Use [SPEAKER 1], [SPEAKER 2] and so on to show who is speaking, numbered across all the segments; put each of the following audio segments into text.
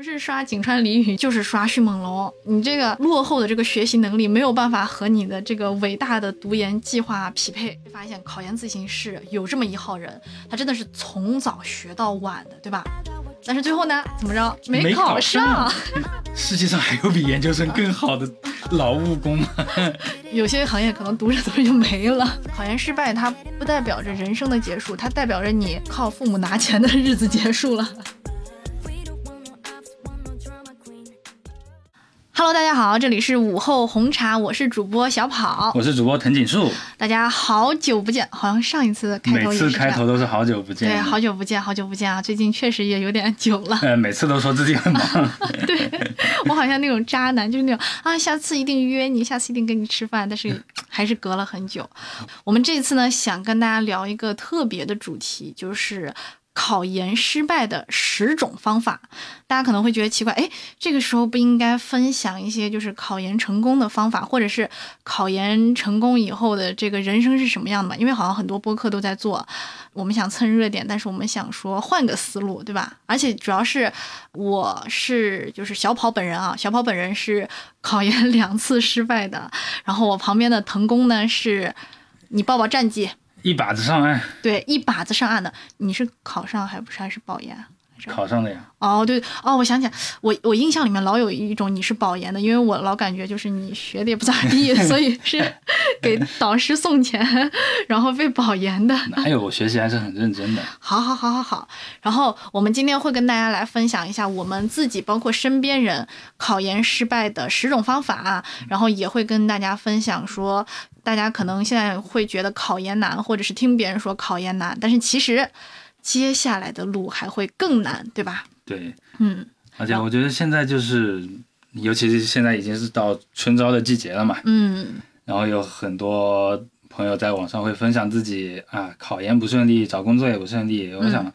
[SPEAKER 1] 不是刷井川里羽，就是刷迅猛龙。你这个落后的这个学习能力没有办法和你的这个伟大的读研计划匹配。发现考研自习室有这么一号人，他真的是从早学到晚的，对吧？但是最后呢，怎么着
[SPEAKER 2] 没考
[SPEAKER 1] 考上？
[SPEAKER 2] 世界上还有比研究生更好的劳务工吗？
[SPEAKER 1] 有些行业可能读着读着就没了。考研失败，它不代表着人生的结束，它代表着你靠父母拿钱的日子结束了。Hello，大家好，这里是午后红茶，我是主播小跑。
[SPEAKER 2] 我是主播藤井树，
[SPEAKER 1] 大家好久不见，好像上一次哦开
[SPEAKER 2] 每
[SPEAKER 1] 头也
[SPEAKER 2] 次
[SPEAKER 1] 是这
[SPEAKER 2] 开
[SPEAKER 1] 样。
[SPEAKER 2] 头都是好久不见，
[SPEAKER 1] 对，好久不见，好久不见啊！最近确实也有点久了。
[SPEAKER 2] 呃，每次都说自己很忙，
[SPEAKER 1] 我好像那种渣男，就是那种啊，下次一定约你，下次一定跟你吃饭，但是还是隔了很久。我们这次呢，想跟大家聊一个特别的主题，就是。考研失败的十种方法，大家可能会觉得奇怪，哎，这个时候不应该分享一些就是考研成功的方法，或者是考研成功以后的这个人生是什么样的嘛？因为好像很多播客都在做，我们想蹭热点，但是我们想说换个思路，对吧？而且主要是我是就是小跑本人啊，小跑本人是考研两次失败的，然后我旁边的腾工呢是，你报报战绩，
[SPEAKER 2] 一把子上岸
[SPEAKER 1] 对，一把子上岸的，你是考上还不是还是保研？
[SPEAKER 2] 考上的呀。
[SPEAKER 1] 哦，对，哦，我想起来，我我印象里面老有一种你是保研的，因为我老感觉就是你学的也不咋地，所以是给导师送钱，然后被保研的。
[SPEAKER 2] 哪有我学习还是很认真的，
[SPEAKER 1] 好好好好好，然后我们今天会跟大家来分享一下我们自己，包括身边人考研失败的十种方法、啊，然后也会跟大家分享说，大家可能现在会觉得考研难，或者是听别人说考研难，但是其实接下来的路还会更难，对吧？
[SPEAKER 2] 对，
[SPEAKER 1] 嗯，
[SPEAKER 2] 而且我觉得现在就是，尤其是现在已经是到春招的季节了嘛，
[SPEAKER 1] 嗯，
[SPEAKER 2] 然后有很多朋友在网上会分享自己啊，考研不顺利，找工作也不顺利。我
[SPEAKER 1] 嗯
[SPEAKER 2] 想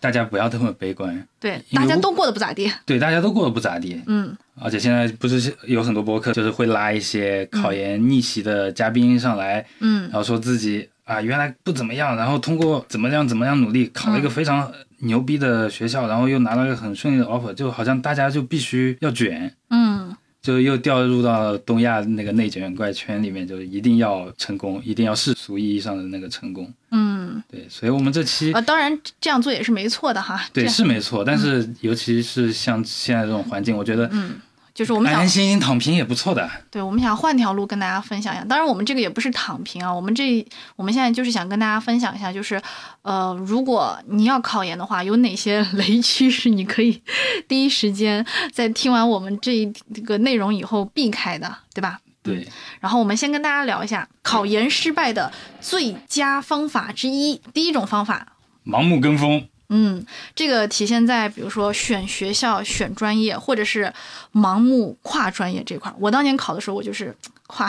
[SPEAKER 2] 大家不要这么悲观，
[SPEAKER 1] 对，
[SPEAKER 2] 因
[SPEAKER 1] 大
[SPEAKER 2] 为
[SPEAKER 1] 家
[SPEAKER 2] 我
[SPEAKER 1] 都过得不咋地，
[SPEAKER 2] 对，大家都过得不咋地。
[SPEAKER 1] 嗯
[SPEAKER 2] 而且现在不是有很多博客就是会拉一些考研逆袭的嘉宾上来，
[SPEAKER 1] 嗯
[SPEAKER 2] 然后说自己啊原来不怎么样，然后通过怎么样怎么样努力，考了一个非常牛逼的学校，然后又拿到一个很顺利的 offer，就好像大家就必须要卷。
[SPEAKER 1] 嗯，
[SPEAKER 2] 就又掉入到东亚那个内卷怪圈里面，就一定要成功，一定要世俗意义上的那个成功。
[SPEAKER 1] 嗯
[SPEAKER 2] 对，所以我们这期、
[SPEAKER 1] 啊，当然这样做也是没错的哈，
[SPEAKER 2] 对
[SPEAKER 1] 这
[SPEAKER 2] 是没错，但是尤其是像现在这种环境，我觉得
[SPEAKER 1] 嗯，就是我们
[SPEAKER 2] 安
[SPEAKER 1] 想
[SPEAKER 2] 安心心躺平也不错的。
[SPEAKER 1] 对，我们想换条路跟大家分享一下。当然，我们这个也不是躺平啊，我们这我们现在就是想跟大家分享一下，就是呃，如果你要考研的话，有哪些 雷区是你可以 第一时间在听完我们这一这个内容以后避开的，对吧？
[SPEAKER 2] 对，
[SPEAKER 1] 然后我们先跟大家聊一下考研失败的最佳方法之一。第一种方法
[SPEAKER 2] 盲目跟风，
[SPEAKER 1] 嗯，这个体现在比如说选学校、选专业，或者是盲目跨专业这块儿。我当年考的时候，我就是跨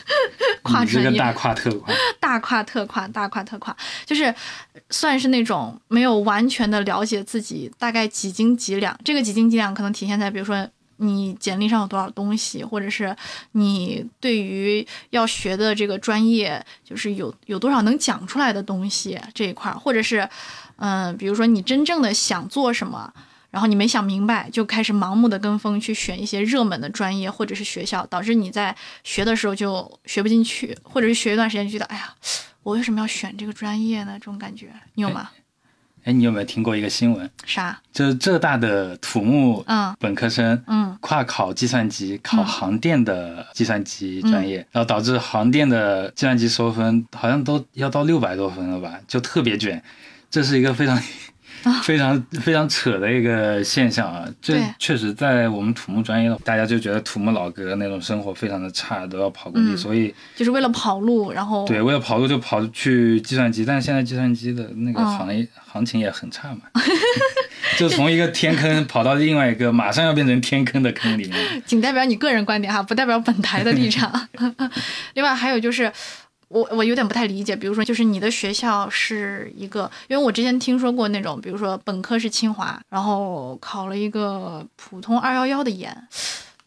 [SPEAKER 1] 跨
[SPEAKER 2] 你这
[SPEAKER 1] 专
[SPEAKER 2] 个
[SPEAKER 1] 业，
[SPEAKER 2] 大跨特跨，
[SPEAKER 1] 大跨特跨，大跨特跨，就是算是那种没有完全的了解自己大概几斤几两。这个几斤几两可能体现在，比如说你简历上有多少东西，或者是你对于要学的这个专业，就是有有多少能讲出来的东西这一块儿，或者是嗯、比如说你真正的想做什么。然后你没想明白，就开始盲目的跟风去选一些热门的专业或者是学校，导致你在学的时候就学不进去，或者是学一段时间就觉得，哎呀，我为什么要选这个专业呢？这种感觉你有吗？
[SPEAKER 2] 哎，你有没有听过一个新闻？
[SPEAKER 1] 啥？
[SPEAKER 2] 就是浙大的土木
[SPEAKER 1] 嗯
[SPEAKER 2] 本科生
[SPEAKER 1] 嗯
[SPEAKER 2] 跨考计算机，考航电的计算机专
[SPEAKER 1] 嗯
[SPEAKER 2] 业，然后导致航电的计算机收分好像都要到六百多分了吧，就特别卷，这是一个非常、
[SPEAKER 1] 啊
[SPEAKER 2] 非常非常扯的一个现象啊！这
[SPEAKER 1] 对
[SPEAKER 2] 确实在我们土木专业，大家就觉得土木老哥那种生活非常的差，都要跑工地，
[SPEAKER 1] 嗯
[SPEAKER 2] 所以
[SPEAKER 1] 就是为了跑路，然后
[SPEAKER 2] 对，为了啊跑路就跑去计算机，但是现在计算机的那个
[SPEAKER 1] 嗯
[SPEAKER 2] 行业、行情也很差嘛， 就从一个天坑跑到另外一个马上要变成天坑的坑 里面。
[SPEAKER 1] 仅代表你个人观点哈，不代表本台的立场。另外还有就是，我我有点不太理解，比如说就是你的学校是一个，因为我之前听说过那种，比如说本科是清华，然后考了一个普通二幺幺的研。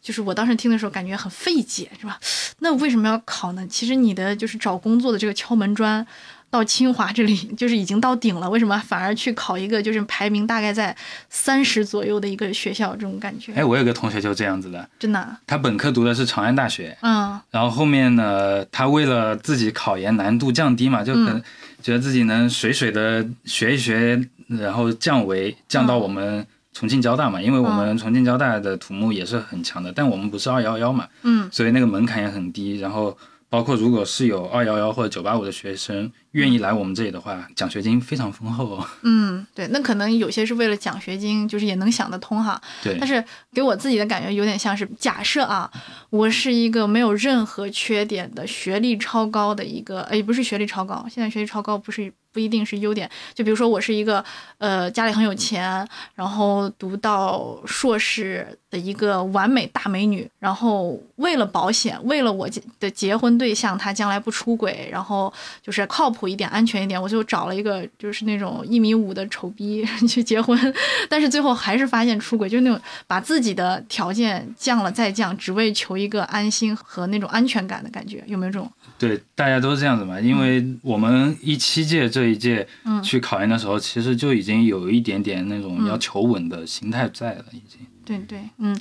[SPEAKER 1] 就是我当时听的时候感觉很费解，是吧？那为什么要考呢？其实你的就是找工作的这个敲门砖，到清华这里 就是已经到顶了，为什么反而去考一个就是排名大概在三十左右的一个学校？这种感觉，
[SPEAKER 2] 哎，我有个同学就这样子的，
[SPEAKER 1] 真的啊，
[SPEAKER 2] 他本科读的是长安大学，
[SPEAKER 1] 嗯
[SPEAKER 2] 然后后面呢，他为了自己考研难度降低嘛，就可能觉得自己能水水的学一学，然后降维降到我们重庆交大嘛，因为我们重庆交大的土木也是很强的，但我们不是二幺幺嘛，
[SPEAKER 1] 嗯
[SPEAKER 2] 所以那个门槛也很低。然后包括如果是有二幺幺或者九八五的学生愿意来我们这里的话，奖学金非常丰厚哦。
[SPEAKER 1] 嗯，对，那可能有些是为了奖学金，就是也能想得通哈。
[SPEAKER 2] 对
[SPEAKER 1] 但，是给我自己的感觉有点像是假设啊，我是一个没有任何缺点的学历超高的一个，哎，不是学历超高，现在学历超高不是不一定是优点。就比如说我是一个呃家里很有钱，然后读到硕士的一个完美大美女，然后为了保险，为了我的结婚对象他将来不出轨，然后就是靠谱一点、安全一点，我就找了一个就是那种一米五的丑逼 去结婚，但是最后还是发现出轨，就是那种把自己的条件降了再降，只为求一个安心和那种安全感的感觉，有没有这种？
[SPEAKER 2] 对，大家都是这样子嘛，因为我们一七届这一届
[SPEAKER 1] 嗯
[SPEAKER 2] 去考研的时候，其实就已经有一点点那种
[SPEAKER 1] 嗯
[SPEAKER 2] 要求稳的心态在了，已经。
[SPEAKER 1] 对对，嗯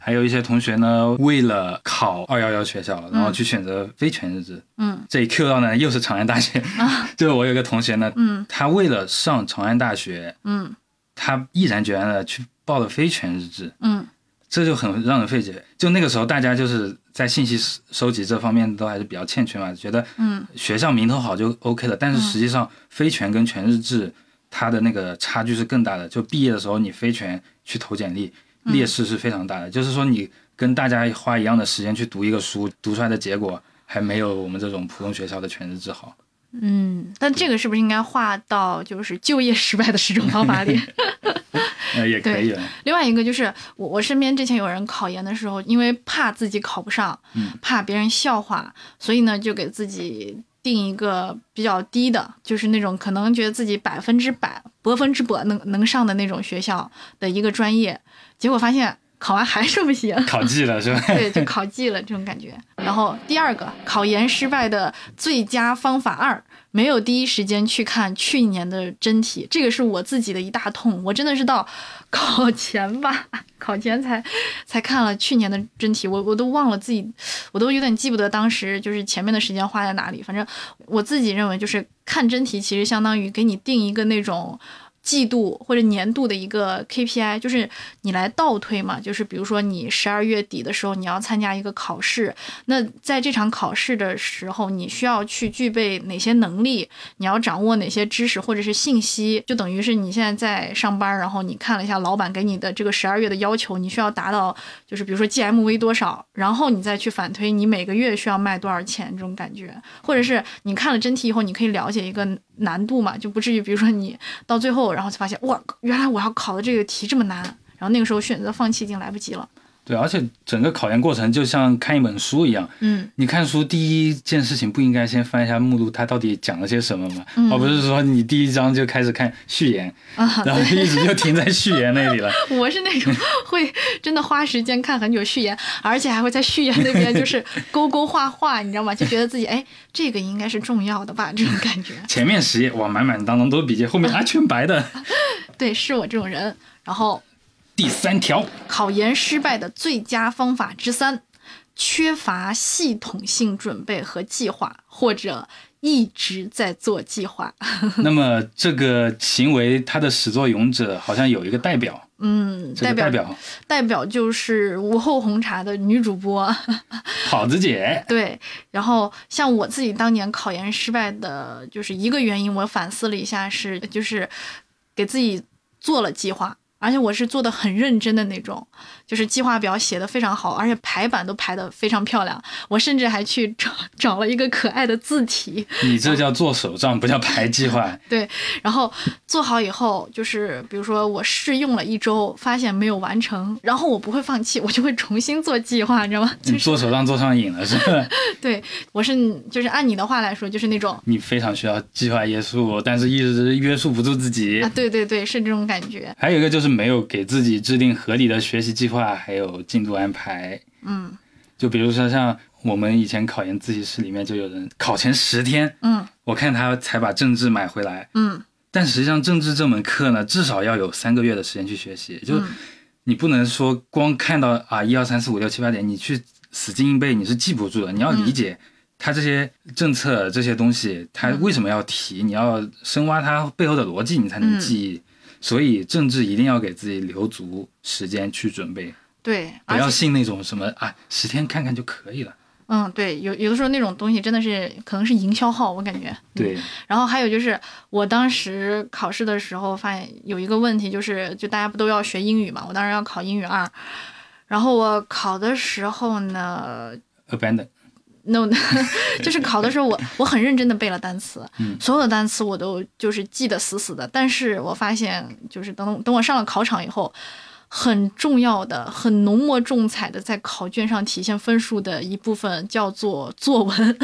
[SPEAKER 2] 还有一些同学呢，为了考二幺幺学校，然后去选择非全日制。
[SPEAKER 1] 嗯
[SPEAKER 2] 这一 Q 到呢，又是长安大学。 就我有个同学呢，
[SPEAKER 1] 啊嗯
[SPEAKER 2] 他为了上长安大学，
[SPEAKER 1] 嗯
[SPEAKER 2] 他毅然决然的去报了非全日制，
[SPEAKER 1] 嗯
[SPEAKER 2] 这就很让人费解。就那个时候，大家就是在信息收收集这方面都还是比较欠缺嘛，觉得
[SPEAKER 1] 嗯
[SPEAKER 2] 学校名头好就 OK 了，但是实际上非全跟全日制它的那个差距是更大的。就毕业的时候你非全去投简历，劣势是非常大的。就是说你跟大家花一样的时间去读一个书，读出来的结果还没有我们这种普通学校的全日制好。
[SPEAKER 1] 嗯，但这个是不是应该划到就是就业失败的十种方法里？
[SPEAKER 2] 呃，也可以了。
[SPEAKER 1] 另外一个就是我我身边之前有人考研的时候，因为怕自己考不上，
[SPEAKER 2] 嗯
[SPEAKER 1] 怕别人笑话，所以呢就给自己定一个比较低的，就是那种可能觉得自己百分之百、百分之百能能上的那种学校的一个专业，结果发现考完还是不行。
[SPEAKER 2] 考技了是吧？
[SPEAKER 1] 对，就考技了这种感觉。然后第二个，考研失败的最佳方法二，没有第一时间去看去年的真题，这个是我自己的一大痛。我真的是到考前吧，考前才才看了去年的真题，我我都忘了自己，我都有点记不得当时就是前面的时间花在哪里。反正我自己认为，就是看真题其实相当于给你定一个那种。季度或者年度的一个 KPI，就是你来倒推嘛，就是比如说你十二月底的时候你要参加一个考试，那在这场考试的时候，你需要去具备哪些能力，你要掌握哪些知识或者是信息，就等于是你现在在上班，然后你看了一下老板给你的这个十二月的要求，你需要达到就是比如说 GMV 多少，然后你再去反推你每个月需要卖多少钱这种感觉，或者是你看了真题以后，你可以了解一个难度嘛，就不至于比如说你到最后，然后才发现哇，原来我要考的这个题这么难，然后那个时候选择放弃已经来不及了。
[SPEAKER 2] 对，而且整个考研过程就像看一本书一样，
[SPEAKER 1] 嗯
[SPEAKER 2] 你看书第一件事情不应该先翻一下目录，它到底讲了些什么吗？
[SPEAKER 1] 嗯
[SPEAKER 2] 而不是说你第一章就开始看序言，
[SPEAKER 1] 啊，
[SPEAKER 2] 然后一直就停在序言那 里了。
[SPEAKER 1] 我是那种会真的花时间看很久序言，而且还会在序言那边就是勾勾画画，你知道吗？就觉得自己哎，这个应该是重要的吧，这种感觉。
[SPEAKER 2] 前面十页哇满满当当都是笔记，后面啊全白的。
[SPEAKER 1] 对，是我这种人。然后
[SPEAKER 2] 第 三条，
[SPEAKER 1] 考研失败的最佳方法之三，缺乏系统性准备和计划，或者一直在做计划。
[SPEAKER 2] 那么这个行为它的始作俑者好像有一个代表，
[SPEAKER 1] 嗯，
[SPEAKER 2] 这
[SPEAKER 1] 代
[SPEAKER 2] 个
[SPEAKER 1] 表
[SPEAKER 2] 代表
[SPEAKER 1] 代表就是午后红茶的女主播。
[SPEAKER 2] 跑子姐，
[SPEAKER 1] 对，然后像我自己当年考研失败的，就是一个原因，我反思了一下是，就是给自己做了计划，而且我是做的很认真的那种，就是计划表写的非常好，而且排版都排的非常漂亮，我甚至还去找找了一个可爱的字体，
[SPEAKER 2] 你这叫做手账，不叫排计划。
[SPEAKER 1] 对，然后做好以后，就是比如说我试用了一周，发现没有完成，然后我不会放弃，我就会重新做计划，你知道吗？
[SPEAKER 2] 你
[SPEAKER 1] 就是
[SPEAKER 2] 做手账做上瘾了是吧？
[SPEAKER 1] 对我是就是按你的话来说，就是那种。
[SPEAKER 2] 你非常需要计划约束，但是一直约束不住自己
[SPEAKER 1] 啊，。对对对，是这种感觉。
[SPEAKER 2] 还有一个就是没有给自己制定合理的学习计划，还有进度安排。
[SPEAKER 1] 嗯
[SPEAKER 2] 就比如说像我们以前考研自习室里面就有人考前十天，
[SPEAKER 1] 嗯
[SPEAKER 2] 我看他才把政治买回来。
[SPEAKER 1] 嗯
[SPEAKER 2] 但实际上，政治这门课呢，至少要有三个月的时间去学习，就是
[SPEAKER 1] 嗯
[SPEAKER 2] 你不能说光看到啊一二三四五六七八点，你去死记硬背，你是记不住的。你要
[SPEAKER 1] 嗯
[SPEAKER 2] 理解它这些政策这些东西，它
[SPEAKER 1] 嗯
[SPEAKER 2] 为什么要提，你要深挖它背后的逻辑，你才
[SPEAKER 1] 嗯
[SPEAKER 2] 能记忆。所以政治一定要给自己留足时间去准备，
[SPEAKER 1] 对，
[SPEAKER 2] 不
[SPEAKER 1] 而
[SPEAKER 2] 要
[SPEAKER 1] 且
[SPEAKER 2] 信那种什么啊十天看看就可以了。
[SPEAKER 1] 嗯对，有有的时候那种东西真的是可能是营销号，我感觉。嗯
[SPEAKER 2] 对，
[SPEAKER 1] 然后还有就是，我当时考试的时候发现有一个问题，就是就大家不都要学英语嘛，我当时要考英语二，然后我考的时候呢，
[SPEAKER 2] abandon，
[SPEAKER 1] no，就是考的时候我我很认真的背了单词，
[SPEAKER 2] 嗯
[SPEAKER 1] 所有的单词我都就是记得死死的。但是我发现，就是等等我上了考场以后，很重要的、很浓墨重彩的在考卷上体现分数的一部分叫做作文。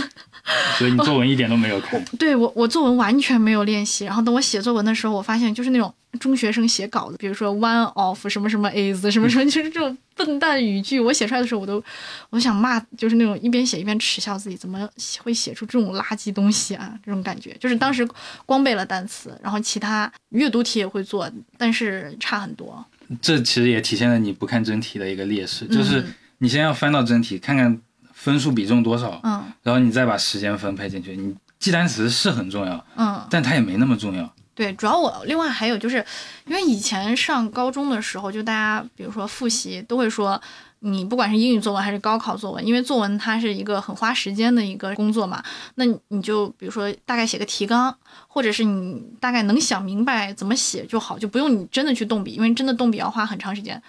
[SPEAKER 2] 所以你作文一点都没有看。
[SPEAKER 1] 对我，我作文完全没有练习。然后等我写作文的时候，我发现就是那种中学生写稿子，比如说 one of 什么什么 is 什么什么，就是这种笨蛋语句。我写出来的时候，我都我想骂，就是那种一边写一边耻笑自己，怎么会写出这种垃圾东西啊？这种感觉，就是当时光背了单词，然后其他阅读题也会做，但是差很多。
[SPEAKER 2] 这其实也体现了你不看真题的一个劣势，就是
[SPEAKER 1] 嗯
[SPEAKER 2] 你先要翻到真题，看看分数比重多少，
[SPEAKER 1] 嗯
[SPEAKER 2] 然后你再把时间分配进去。你记单词是很重要，
[SPEAKER 1] 嗯。
[SPEAKER 2] 但它也没那么重要。
[SPEAKER 1] 对，主要我另外还有就是，因为以前上高中的时候，就大家比如说复习都会说，你不管是英语作文还是高考作文，因为作文它是一个很花时间的一个工作嘛，那你你就比如说大概写个提纲，或者是你大概能想明白怎么写就好，就不用你真的去动笔，因为真的动笔要花很长时间。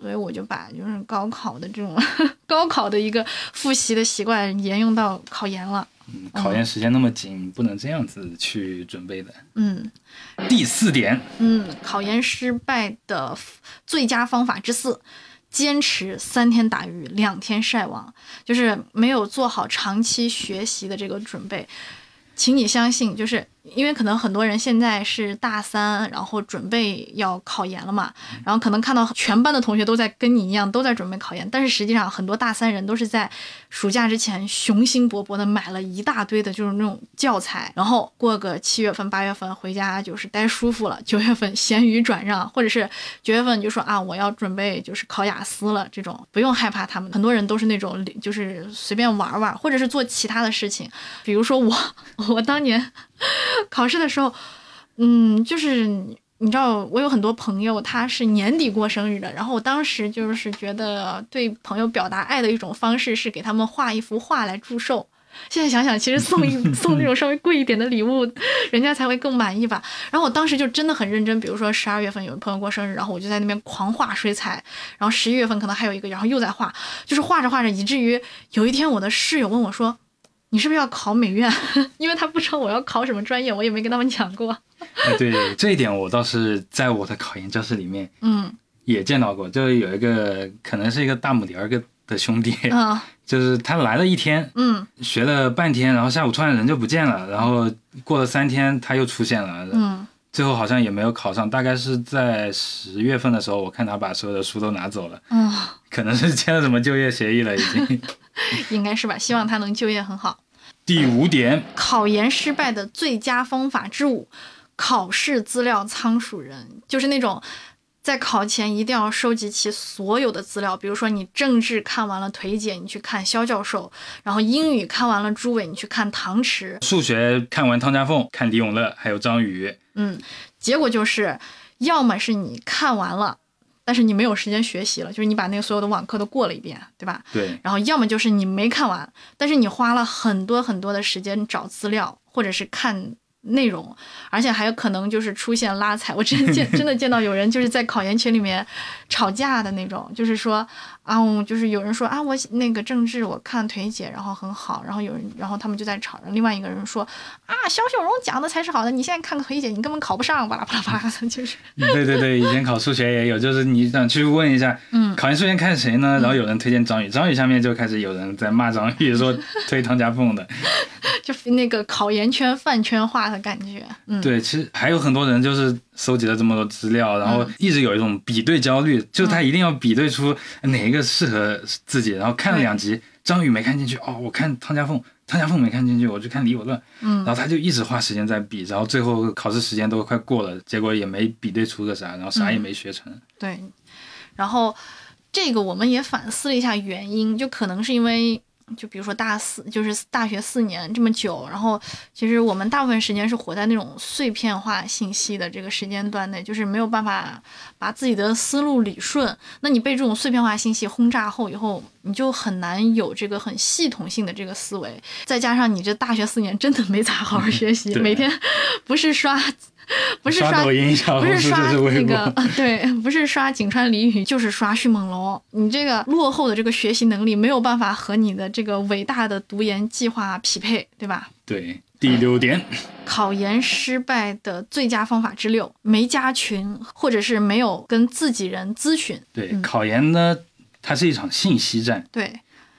[SPEAKER 1] 所以我就把就是高考的这种 高考的一个复习的习惯沿用到考研了，
[SPEAKER 2] 嗯考研时间那么紧，你不能这样子去准备的。
[SPEAKER 1] 嗯。
[SPEAKER 2] 第四点，
[SPEAKER 1] 嗯，考研失败的最佳方法之四：坚持三天打鱼两天晒网，就是没有做好长期学习的这个准备。请你相信，就是因为可能很多人现在是大三，然后准备要考研了嘛，然后可能看到全班的同学都在跟你一样都在准备考研，但是实际上很多大三人都是在暑假之前雄心勃勃的买了一大堆的就是那种教材，然后过个七月份八月份回家就是待舒服了，九月份咸鱼转让，或者是九月份就说啊我要准备就是考雅思了这种，不用害怕他们，很多人都是那种就是随便玩玩，或者是做其他的事情，比如说我 我当年考试的时候，嗯，就是你知道，我有很多朋友，他是年底过生日的。然后我当时就是觉得，对朋友表达爱的一种方式是给他们画一幅画来祝寿。现在想想，其实送一送那种稍微贵一点的礼物，人家才会更满意吧。然后我当时就真的很认真，比如说十二月份有朋友过生日，然后我就在那边狂画水彩，然后十一月份可能还有一个，然后又在画，就是画着画着，以至于有一天我的室友问我说：“你是不是要考美院？” 因为他不知道我要考什么专业，我也没跟他们讲过。
[SPEAKER 2] 哎对这一点，我倒是在我的考研教室里面
[SPEAKER 1] 嗯
[SPEAKER 2] 也见到过，就是有一个可能是一个大母儿个的兄弟，
[SPEAKER 1] 嗯
[SPEAKER 2] 就是他来了一天，
[SPEAKER 1] 嗯
[SPEAKER 2] 学了半天，然后下午突然人就不见了，然后过了三天他又出现了，
[SPEAKER 1] 嗯，
[SPEAKER 2] 最后好像也没有考上，大概是在十月份的时候，我看他把所有的书都拿走了，
[SPEAKER 1] 嗯，
[SPEAKER 2] 可能是签了什么就业协议了已经。
[SPEAKER 1] 应该是吧？希望他能就业很好。
[SPEAKER 2] 第五点，
[SPEAKER 1] 考研失败的最佳方法之五：考试资料仓鼠人，就是那种。在考前一定要收集齐所有的资料，比如说你政治看完了腿姐，你去看肖教授；然后英语看完了朱伟，你去看唐池。
[SPEAKER 2] 数学看完汤家凤，看李永乐，还有张宇，
[SPEAKER 1] 嗯，结果就是，要么是你看完了，但是你没有时间学习了，就是你把那个所有的网课都过了一遍，对吧？
[SPEAKER 2] 对，
[SPEAKER 1] 然后要么就是你没看完，但是你花了很多很多的时间找资料，或者是看内容，而且还有可能就是出现拉踩。我之前见 真的见到有人就是在考研群里面吵架的那种，就是说啊，我就是有人说啊，我那个政治我看腿姐，然后很好，然后有人，然后他们就在吵，然后另外一个人说啊，肖秀荣讲的才是好的，你现在看个腿姐，你根本考不上，巴拉巴拉巴拉的，就是
[SPEAKER 2] 对对对，以前考数学也有，就是你想去问一下，
[SPEAKER 1] 嗯
[SPEAKER 2] 考研瞬间看谁呢？然后有人推荐张宇，张宇下面就开始有人在骂张宇，说推汤家凤的。
[SPEAKER 1] 就是那个考研圈饭圈化的感觉。嗯，
[SPEAKER 2] 对，其实还有很多人就是搜集了这么多资料，然
[SPEAKER 1] 嗯
[SPEAKER 2] 后一直有一种比对焦虑，就是他一定要比对出嗯哪一个适合自己。然后看了两集，张宇没看进去，哦，我看汤家凤，汤家凤没看进去，我就看李有乐。
[SPEAKER 1] 嗯，
[SPEAKER 2] 然后他就一直花时间在比，然后最后考试时间都快过了，结果也没比对出个啥，然后啥也没学成。
[SPEAKER 1] 对。然后这个我们也反思了一下原因，就可能是因为。就比如说大四，就是大学四年这么久，然后其实我们大部分时间是活在那种碎片化信息的这个时间段内，就是没有办法把自己的思路理顺。那你被这种碎片化信息轰炸后以后，你就很难有这个很系统性的这个思维。再加上你这大学四年真的没咋好好学习，
[SPEAKER 2] 嗯对
[SPEAKER 1] 每天不是 刷。不是刷
[SPEAKER 2] 刷抖音小
[SPEAKER 1] 不
[SPEAKER 2] 红
[SPEAKER 1] 是
[SPEAKER 2] 书
[SPEAKER 1] 刷
[SPEAKER 2] 就是微
[SPEAKER 1] 那
[SPEAKER 2] 博
[SPEAKER 1] 个， 对，不是刷井川里雨，就是刷迅猛龙。你这个落后的这个学习能力没有办法和你的这个伟大的读研计划匹配，对吧？
[SPEAKER 2] 对，第六点，
[SPEAKER 1] 考研失败的最佳方法之六：没加群，或者是没有跟自己人咨询。
[SPEAKER 2] 对，
[SPEAKER 1] 嗯
[SPEAKER 2] 考研呢，它是一场信息战，
[SPEAKER 1] 对，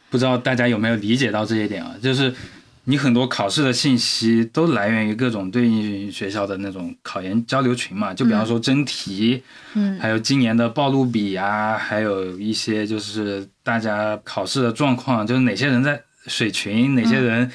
[SPEAKER 2] 不知道大家有没有理解到这一点啊？就是你很多考试的信息都来源于各种对应学校的那种考研交流群嘛，就比方说真题，
[SPEAKER 1] 嗯
[SPEAKER 2] 还有今年的报录比啊，还有一些就是大家考试的状况，就是哪些人在水群，哪些人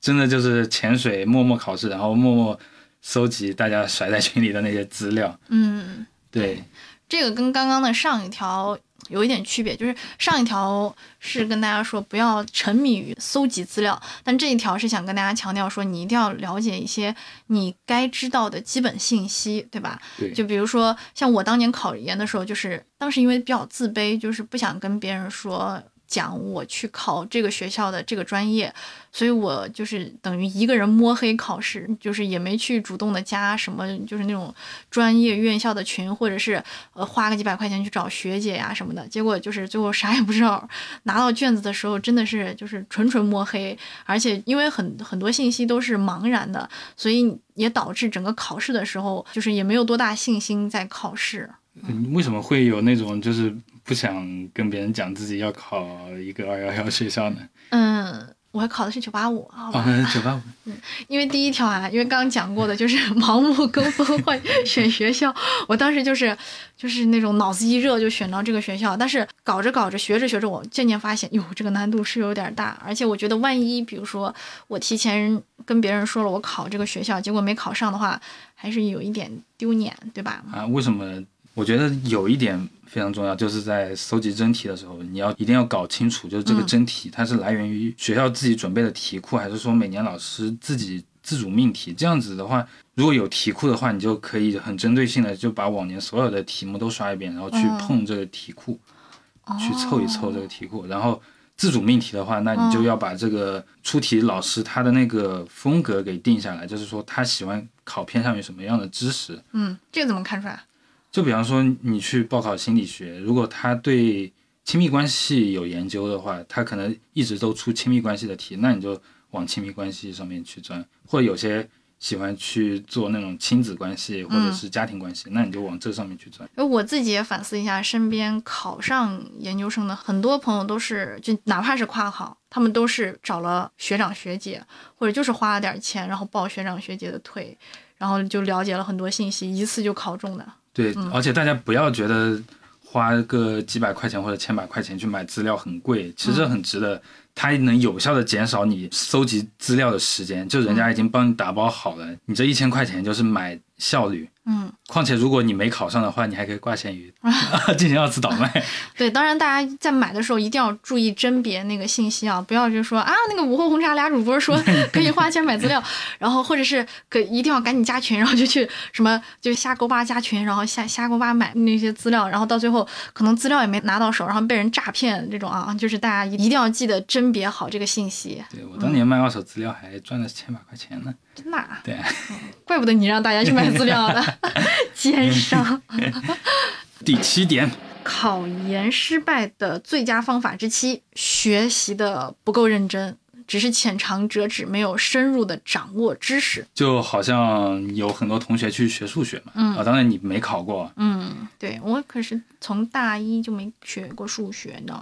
[SPEAKER 2] 真的就是潜水默默考试，然后默默搜集大家甩在群里的那些资料。
[SPEAKER 1] 嗯。
[SPEAKER 2] 对，
[SPEAKER 1] 这个跟刚刚的上一条有一点区别，就是上一条是跟大家说不要沉迷于搜集资料，但这一条是想跟大家强调说，你一定要了解一些你该知道的基本信息，对吧？
[SPEAKER 2] 对
[SPEAKER 1] 就比如说像我当年考研的时候，就是当时因为比较自卑，就是不想跟别人说。讲我去考这个学校的这个专业，所以我就是等于一个人摸黑考试，就是也没去主动的加什么，就是那种专业院校的群，或者是呃花个几百块钱去找学姐呀、什么的。结果就是最后啥也不知道，拿到卷子的时候真的是就是纯纯摸黑，而且因为很很多信息都是茫然的，所以也导致整个考试的时候就是也没有多大信心在考试。
[SPEAKER 2] 嗯，为什么会有那种就是不想跟别人讲自己要考一个二幺幺学校呢？
[SPEAKER 1] 嗯，我还考的是九八五，好吧
[SPEAKER 2] 哦，那九八五，
[SPEAKER 1] 因为第一条啊，因为刚刚讲过的，就是 盲目跟风换选学校。我当时就是就是那种脑子一热就选到这个学校，但是搞着搞着学着学着，我渐渐发现，哟，这个难度是有点大。而且我觉得，万一比如说我提前跟别人说了我考这个学校，结果没考上的话，还是有一点丢脸，对吧？
[SPEAKER 2] 啊，为什么？我觉得有一点非常重要，就是在搜集真题的时候，你要一定要搞清楚，就是这个
[SPEAKER 1] 嗯
[SPEAKER 2] 真题、它是来源于学校自己准备的题库，还是说每年老师自己自主命题？这样子的话，如果有题库的话，你就可以很针对性的就把往年所有的题目都刷一遍，然后去
[SPEAKER 1] 嗯
[SPEAKER 2] 碰这个题库，去凑一
[SPEAKER 1] 哦
[SPEAKER 2] 凑这个题库，然后。自主命题的话，那你
[SPEAKER 1] 嗯
[SPEAKER 2] 就要把这个出题老师他的那个风格给定下来，就是说他喜欢考偏向于什么样的知识，
[SPEAKER 1] 嗯，这个怎么看出来？
[SPEAKER 2] 就比方说你去报考心理学，如果他对亲密关系有研究的话，他可能一直都出亲密关系的题，那你就往亲密关系上面去钻，或者有些喜欢去做那种亲子关系或者是家庭关系，那你就往这上面去钻。
[SPEAKER 1] 因为我自己也反思一下，身边考上研究生的很多朋友都是，就哪怕是跨考，他们都是找了学长学姐，或者就是花了点钱，然后报学长学姐的推，然后就了解了很多信息，一次就考中的。
[SPEAKER 2] 对，而且大家不要觉得花个几百块钱或者千把块钱去买资料很贵，
[SPEAKER 1] 嗯
[SPEAKER 2] 其实这很值得。它能有效的减少你搜集资料的时间，就
[SPEAKER 1] 嗯
[SPEAKER 2] 人家已经帮你打包好了，你这一千块钱就是买效率。
[SPEAKER 1] 嗯，
[SPEAKER 2] 况且，如果你没考上的话，你还可以挂闲鱼
[SPEAKER 1] 啊
[SPEAKER 2] 进行二次倒 卖。
[SPEAKER 1] 对，当然大家在买的时候一定要注意甄别那个信息啊，不要就说啊那个午后红茶俩主播说可以花钱买资料，然后或者是可一定要赶紧加群，然后就去什么就瞎勾巴加群，然后瞎瞎勾巴买那些资料，然后到最后可能资料也没拿到手，然后被人诈骗这种啊，就是大家一定要记得甄别好这个信息，
[SPEAKER 2] 对我当年卖二手资料还赚了千把块钱呢。
[SPEAKER 1] 真的啊、
[SPEAKER 2] 对，
[SPEAKER 1] 怪不得你让大家去买资料呢， 奸商。
[SPEAKER 2] 第七点，
[SPEAKER 1] 考研失败的最佳方法之七：学习的不够认真。只是浅尝辄止，没有深入的掌握知识。
[SPEAKER 2] 就好像有很多同学去学数学嘛，
[SPEAKER 1] 嗯
[SPEAKER 2] 啊，当然你没考过，
[SPEAKER 1] 嗯，对我可是从大一就没学过数学呢。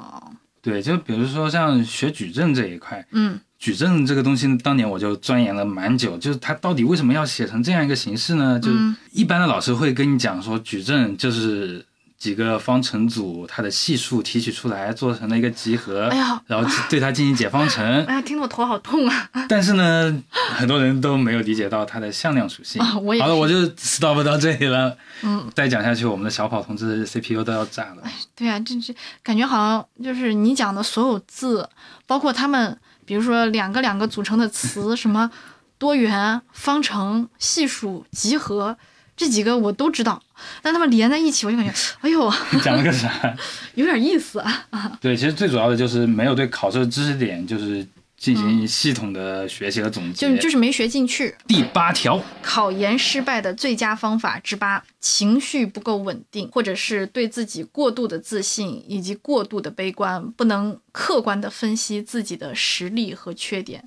[SPEAKER 2] 对，就比如说像学矩阵这一块，
[SPEAKER 1] 嗯
[SPEAKER 2] 矩阵这个东西，当年我就钻研了蛮久，就是它到底为什么要写成这样一个形式呢？就
[SPEAKER 1] 嗯
[SPEAKER 2] 一般的老师会跟你讲说，矩阵就是几个方程组它的系数提取出来做成了一个集合，
[SPEAKER 1] 哎呀
[SPEAKER 2] 然后对它进行解 方程。
[SPEAKER 1] 哎呀，听得我头好痛啊！
[SPEAKER 2] 但是呢，很多人都没有理解到它的向量属性。
[SPEAKER 1] 啊我也
[SPEAKER 2] 好了，
[SPEAKER 1] 是
[SPEAKER 2] 我就 stop 到这里了。
[SPEAKER 1] 嗯，
[SPEAKER 2] 再讲下去，我们的小跑同志 CPU 都要炸了。
[SPEAKER 1] 对啊，这这感觉好像就是你讲的所有字，包括他们，比如说两个两个组成的词，什么多元、方程、系数、集合这几个我都知道，但他们连在一起，我就感觉，哎呦，
[SPEAKER 2] 你讲了个啥？
[SPEAKER 1] 有点意思啊。
[SPEAKER 2] 对，其实最主要的就是没有对考试的知识点就是进行系统的学习和总结。
[SPEAKER 1] 嗯就就是没学进去。
[SPEAKER 2] 第八条，
[SPEAKER 1] 考研失败的最佳方法之八：情绪不够稳定，或者是对自己过度的自信以及过度的悲观，不能客观的分析自己的实力和缺点。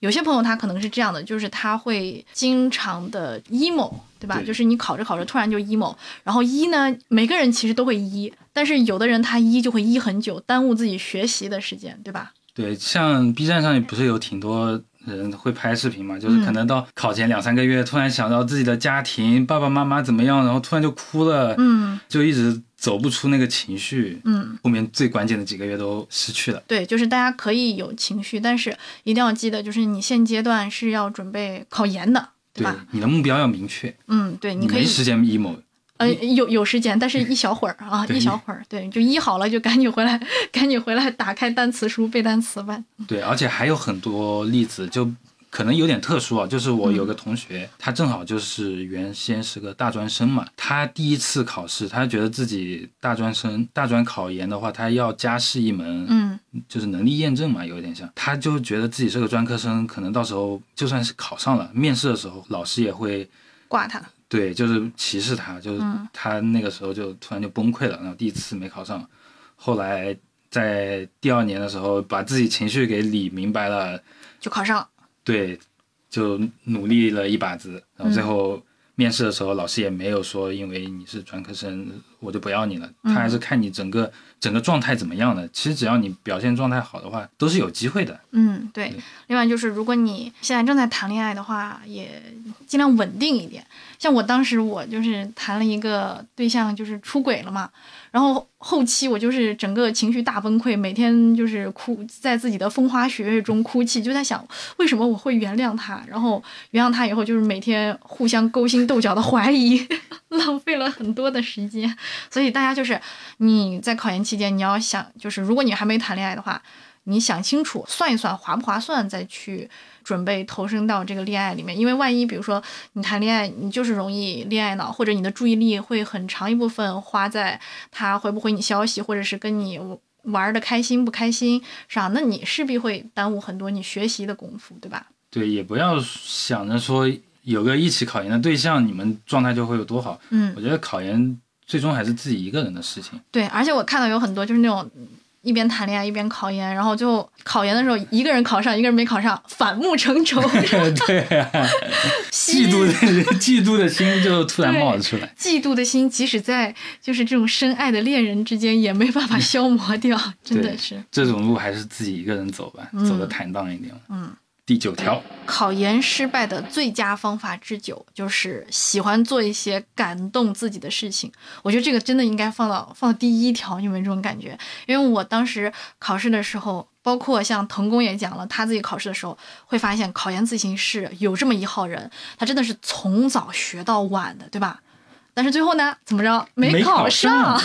[SPEAKER 1] 有些朋友他可能是这样的，就是他会经常的 emo，对吧？
[SPEAKER 2] 对
[SPEAKER 1] 就是你考着考着突然就 emo，然后 e 呢，每个人其实都会 e，但是有的人他 e 就会 e 很久，耽误自己学习的时间，对吧？
[SPEAKER 2] 对，像 B 站上不是有挺多人会拍视频嘛，
[SPEAKER 1] 嗯
[SPEAKER 2] 就是可能到考前两三个月，突然想到自己的家庭、爸爸妈妈怎么样，然后突然就哭了，
[SPEAKER 1] 嗯
[SPEAKER 2] 就一直走不出那个情绪，
[SPEAKER 1] 嗯。
[SPEAKER 2] 后面最关键的几个月都失去了。
[SPEAKER 1] 对，就是大家可以有情绪，但是一定要记得，就是你现阶段是要准备考研的，对
[SPEAKER 2] 对
[SPEAKER 1] 吧？，
[SPEAKER 2] 你的目标要明确，
[SPEAKER 1] 嗯，对，你
[SPEAKER 2] 你
[SPEAKER 1] 可以
[SPEAKER 2] 没时间 emo。
[SPEAKER 1] 呃有有时间，但是一小会儿啊，
[SPEAKER 2] 对
[SPEAKER 1] 一小会儿，对，就医好了就赶紧回来， 赶紧回来打开单词书背单词吧。
[SPEAKER 2] 对，而且还有很多例子，就可能有点特殊啊。就是我
[SPEAKER 1] 嗯
[SPEAKER 2] 有个同学，他正好就是原先是个大专生嘛，他第一次考试，他觉得自己大专生大专考研的话，他要加试一门，
[SPEAKER 1] 嗯
[SPEAKER 2] 就是能力验证嘛，有一点像。他就觉得自己是个专科生，可能到时候就算是考上了，面试的时候老师也会。
[SPEAKER 1] 挂它。
[SPEAKER 2] 对，就是歧视他，就是
[SPEAKER 1] 嗯
[SPEAKER 2] 他那个时候就突然就崩溃了，然后第一次没考上，后来在第二年的时候把自己情绪给理明白了，
[SPEAKER 1] 就考上了。
[SPEAKER 2] 对，就努力了一把子，然后最后面试的时候，老师也没有说因为你是专科生我就不要你了，他还是看你整个整个状态怎么样的。其实只要你表现状态好的话，都是有机会的。
[SPEAKER 1] 嗯，对
[SPEAKER 2] 对。
[SPEAKER 1] 另外就是，如果你现在正在谈恋爱的话，也尽量稳定一点。像我当时，我就是谈了一个对象，就是出轨了嘛。然后后期我就是整个情绪大崩溃，每天就是哭，在自己的风花雪月中哭泣，就在想为什么我会原谅他。然后原谅他以后，就是每天互相勾心斗角的怀疑， 浪费了很多的时间。所以大家就是你在考研期间，你要想，就是如果你还没谈恋爱的话，你想清楚，算一算划不划算，再去准备投身到这个恋爱里面。因为万一比如说你谈恋爱，你就是容易恋爱脑，或者你的注意力会很长一部分花在他回不回你消息，或者是跟你玩的开心不开心上，那你势必会耽误很多你学习的功夫，对吧？
[SPEAKER 2] 对，也不要想着说有个一起考研的对象，你们状态就会有多好。
[SPEAKER 1] 嗯
[SPEAKER 2] 我，觉得考研最终还是自己一个人的事情。
[SPEAKER 1] 对，而且我看到有很多就是那种一边谈恋爱一边考研，然后就考研的时候一个人考上，一个人没考上，反目成仇，
[SPEAKER 2] 对、啊，
[SPEAKER 1] 昔
[SPEAKER 2] 嫉
[SPEAKER 1] 日
[SPEAKER 2] 妒的嫉妒的心就突然冒了出来。
[SPEAKER 1] 嫉妒的心，即使在就是这种深爱的恋人之间，也没办法消磨掉，真的
[SPEAKER 2] 嗯对
[SPEAKER 1] 是。
[SPEAKER 2] 这种路还是自己一个人走吧，走的坦荡一点。
[SPEAKER 1] 嗯，
[SPEAKER 2] 第九条，
[SPEAKER 1] 考研失败的最佳方法之九，就是喜欢做一些感动自己的事情。我觉得这个真的应该放到放到第一条，你有没有这种感觉？因为我当时考试的时候，包括像腾工也讲了，他自己考试的时候会发现，考研自习室有这么一号人，他真的是从早学到晚的，对吧？但是最后呢，怎么着
[SPEAKER 2] 没考
[SPEAKER 1] 考
[SPEAKER 2] 上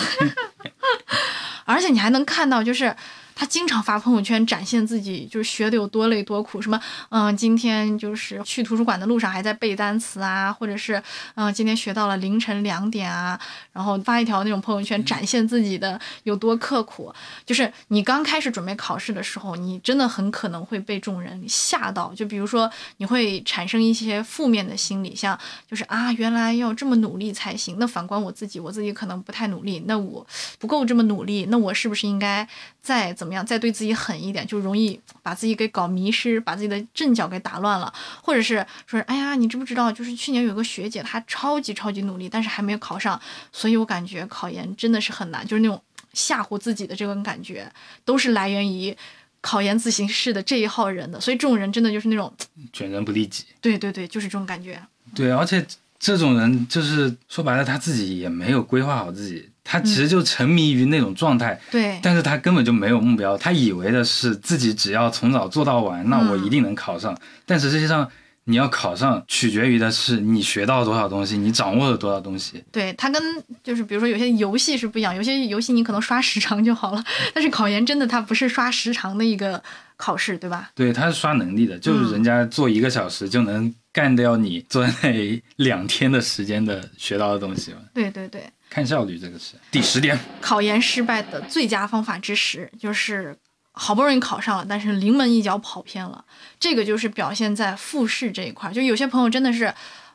[SPEAKER 1] 而且你还能看到，就是他经常发朋友圈展现自己就是学的有多累多苦，什么嗯、今天就是去图书馆的路上还在背单词啊，或者是嗯、今天学到了凌晨两点啊，然后发一条那种朋友圈展现自己的有多刻苦。就是你刚开始准备考试的时候，你真的很可能会被众人吓到，就比如说你会产生一些负面的心理，像就是啊，原来要这么努力才行。那反观我自己，我自己可能不太努力，那我不够这么努力，那我是不是应该再怎么？怎么样，再对自己狠一点，就容易把自己给搞迷失，把自己的阵脚给打乱了，或者是说，哎呀，你知不知道，就是去年有个学姐，她超级超级努力，但是还没有考上，所以我感觉考研真的是很难，就是那种吓唬自己的这种感觉，都是来源于。考研自习室的这一号人的，所以这种人真的就是那种，
[SPEAKER 2] 卷人不利己。
[SPEAKER 1] 对对对，就是这种感觉。
[SPEAKER 2] 对，而且这种人就是说白了，他自己也没有规划好自己，他其实就沉迷于那种状态，
[SPEAKER 1] 对，
[SPEAKER 2] 但是他根本就没有目标，他以为的是自己只要从早做到晚，那我一定能考上。但实际上，你要考上，取决于的是你学到多少东西，你掌握了多少东西。
[SPEAKER 1] 对，它跟就是比如说有些游戏是不一样，有些游戏你可能刷时长就好了，但是考研真的它不是刷时长的一个考试，对吧？
[SPEAKER 2] 对，他是刷能力的，就是人家做一个小时就能干掉你做那里两天的时间的学到的东西嘛。
[SPEAKER 1] 对对对，
[SPEAKER 2] 看效率，这个是第十点。
[SPEAKER 1] 考研失败的最佳方法之十就是。好不容易考上了，但是临门一脚跑偏了，这个就是表现在复试这一块儿。就有些朋友真的是，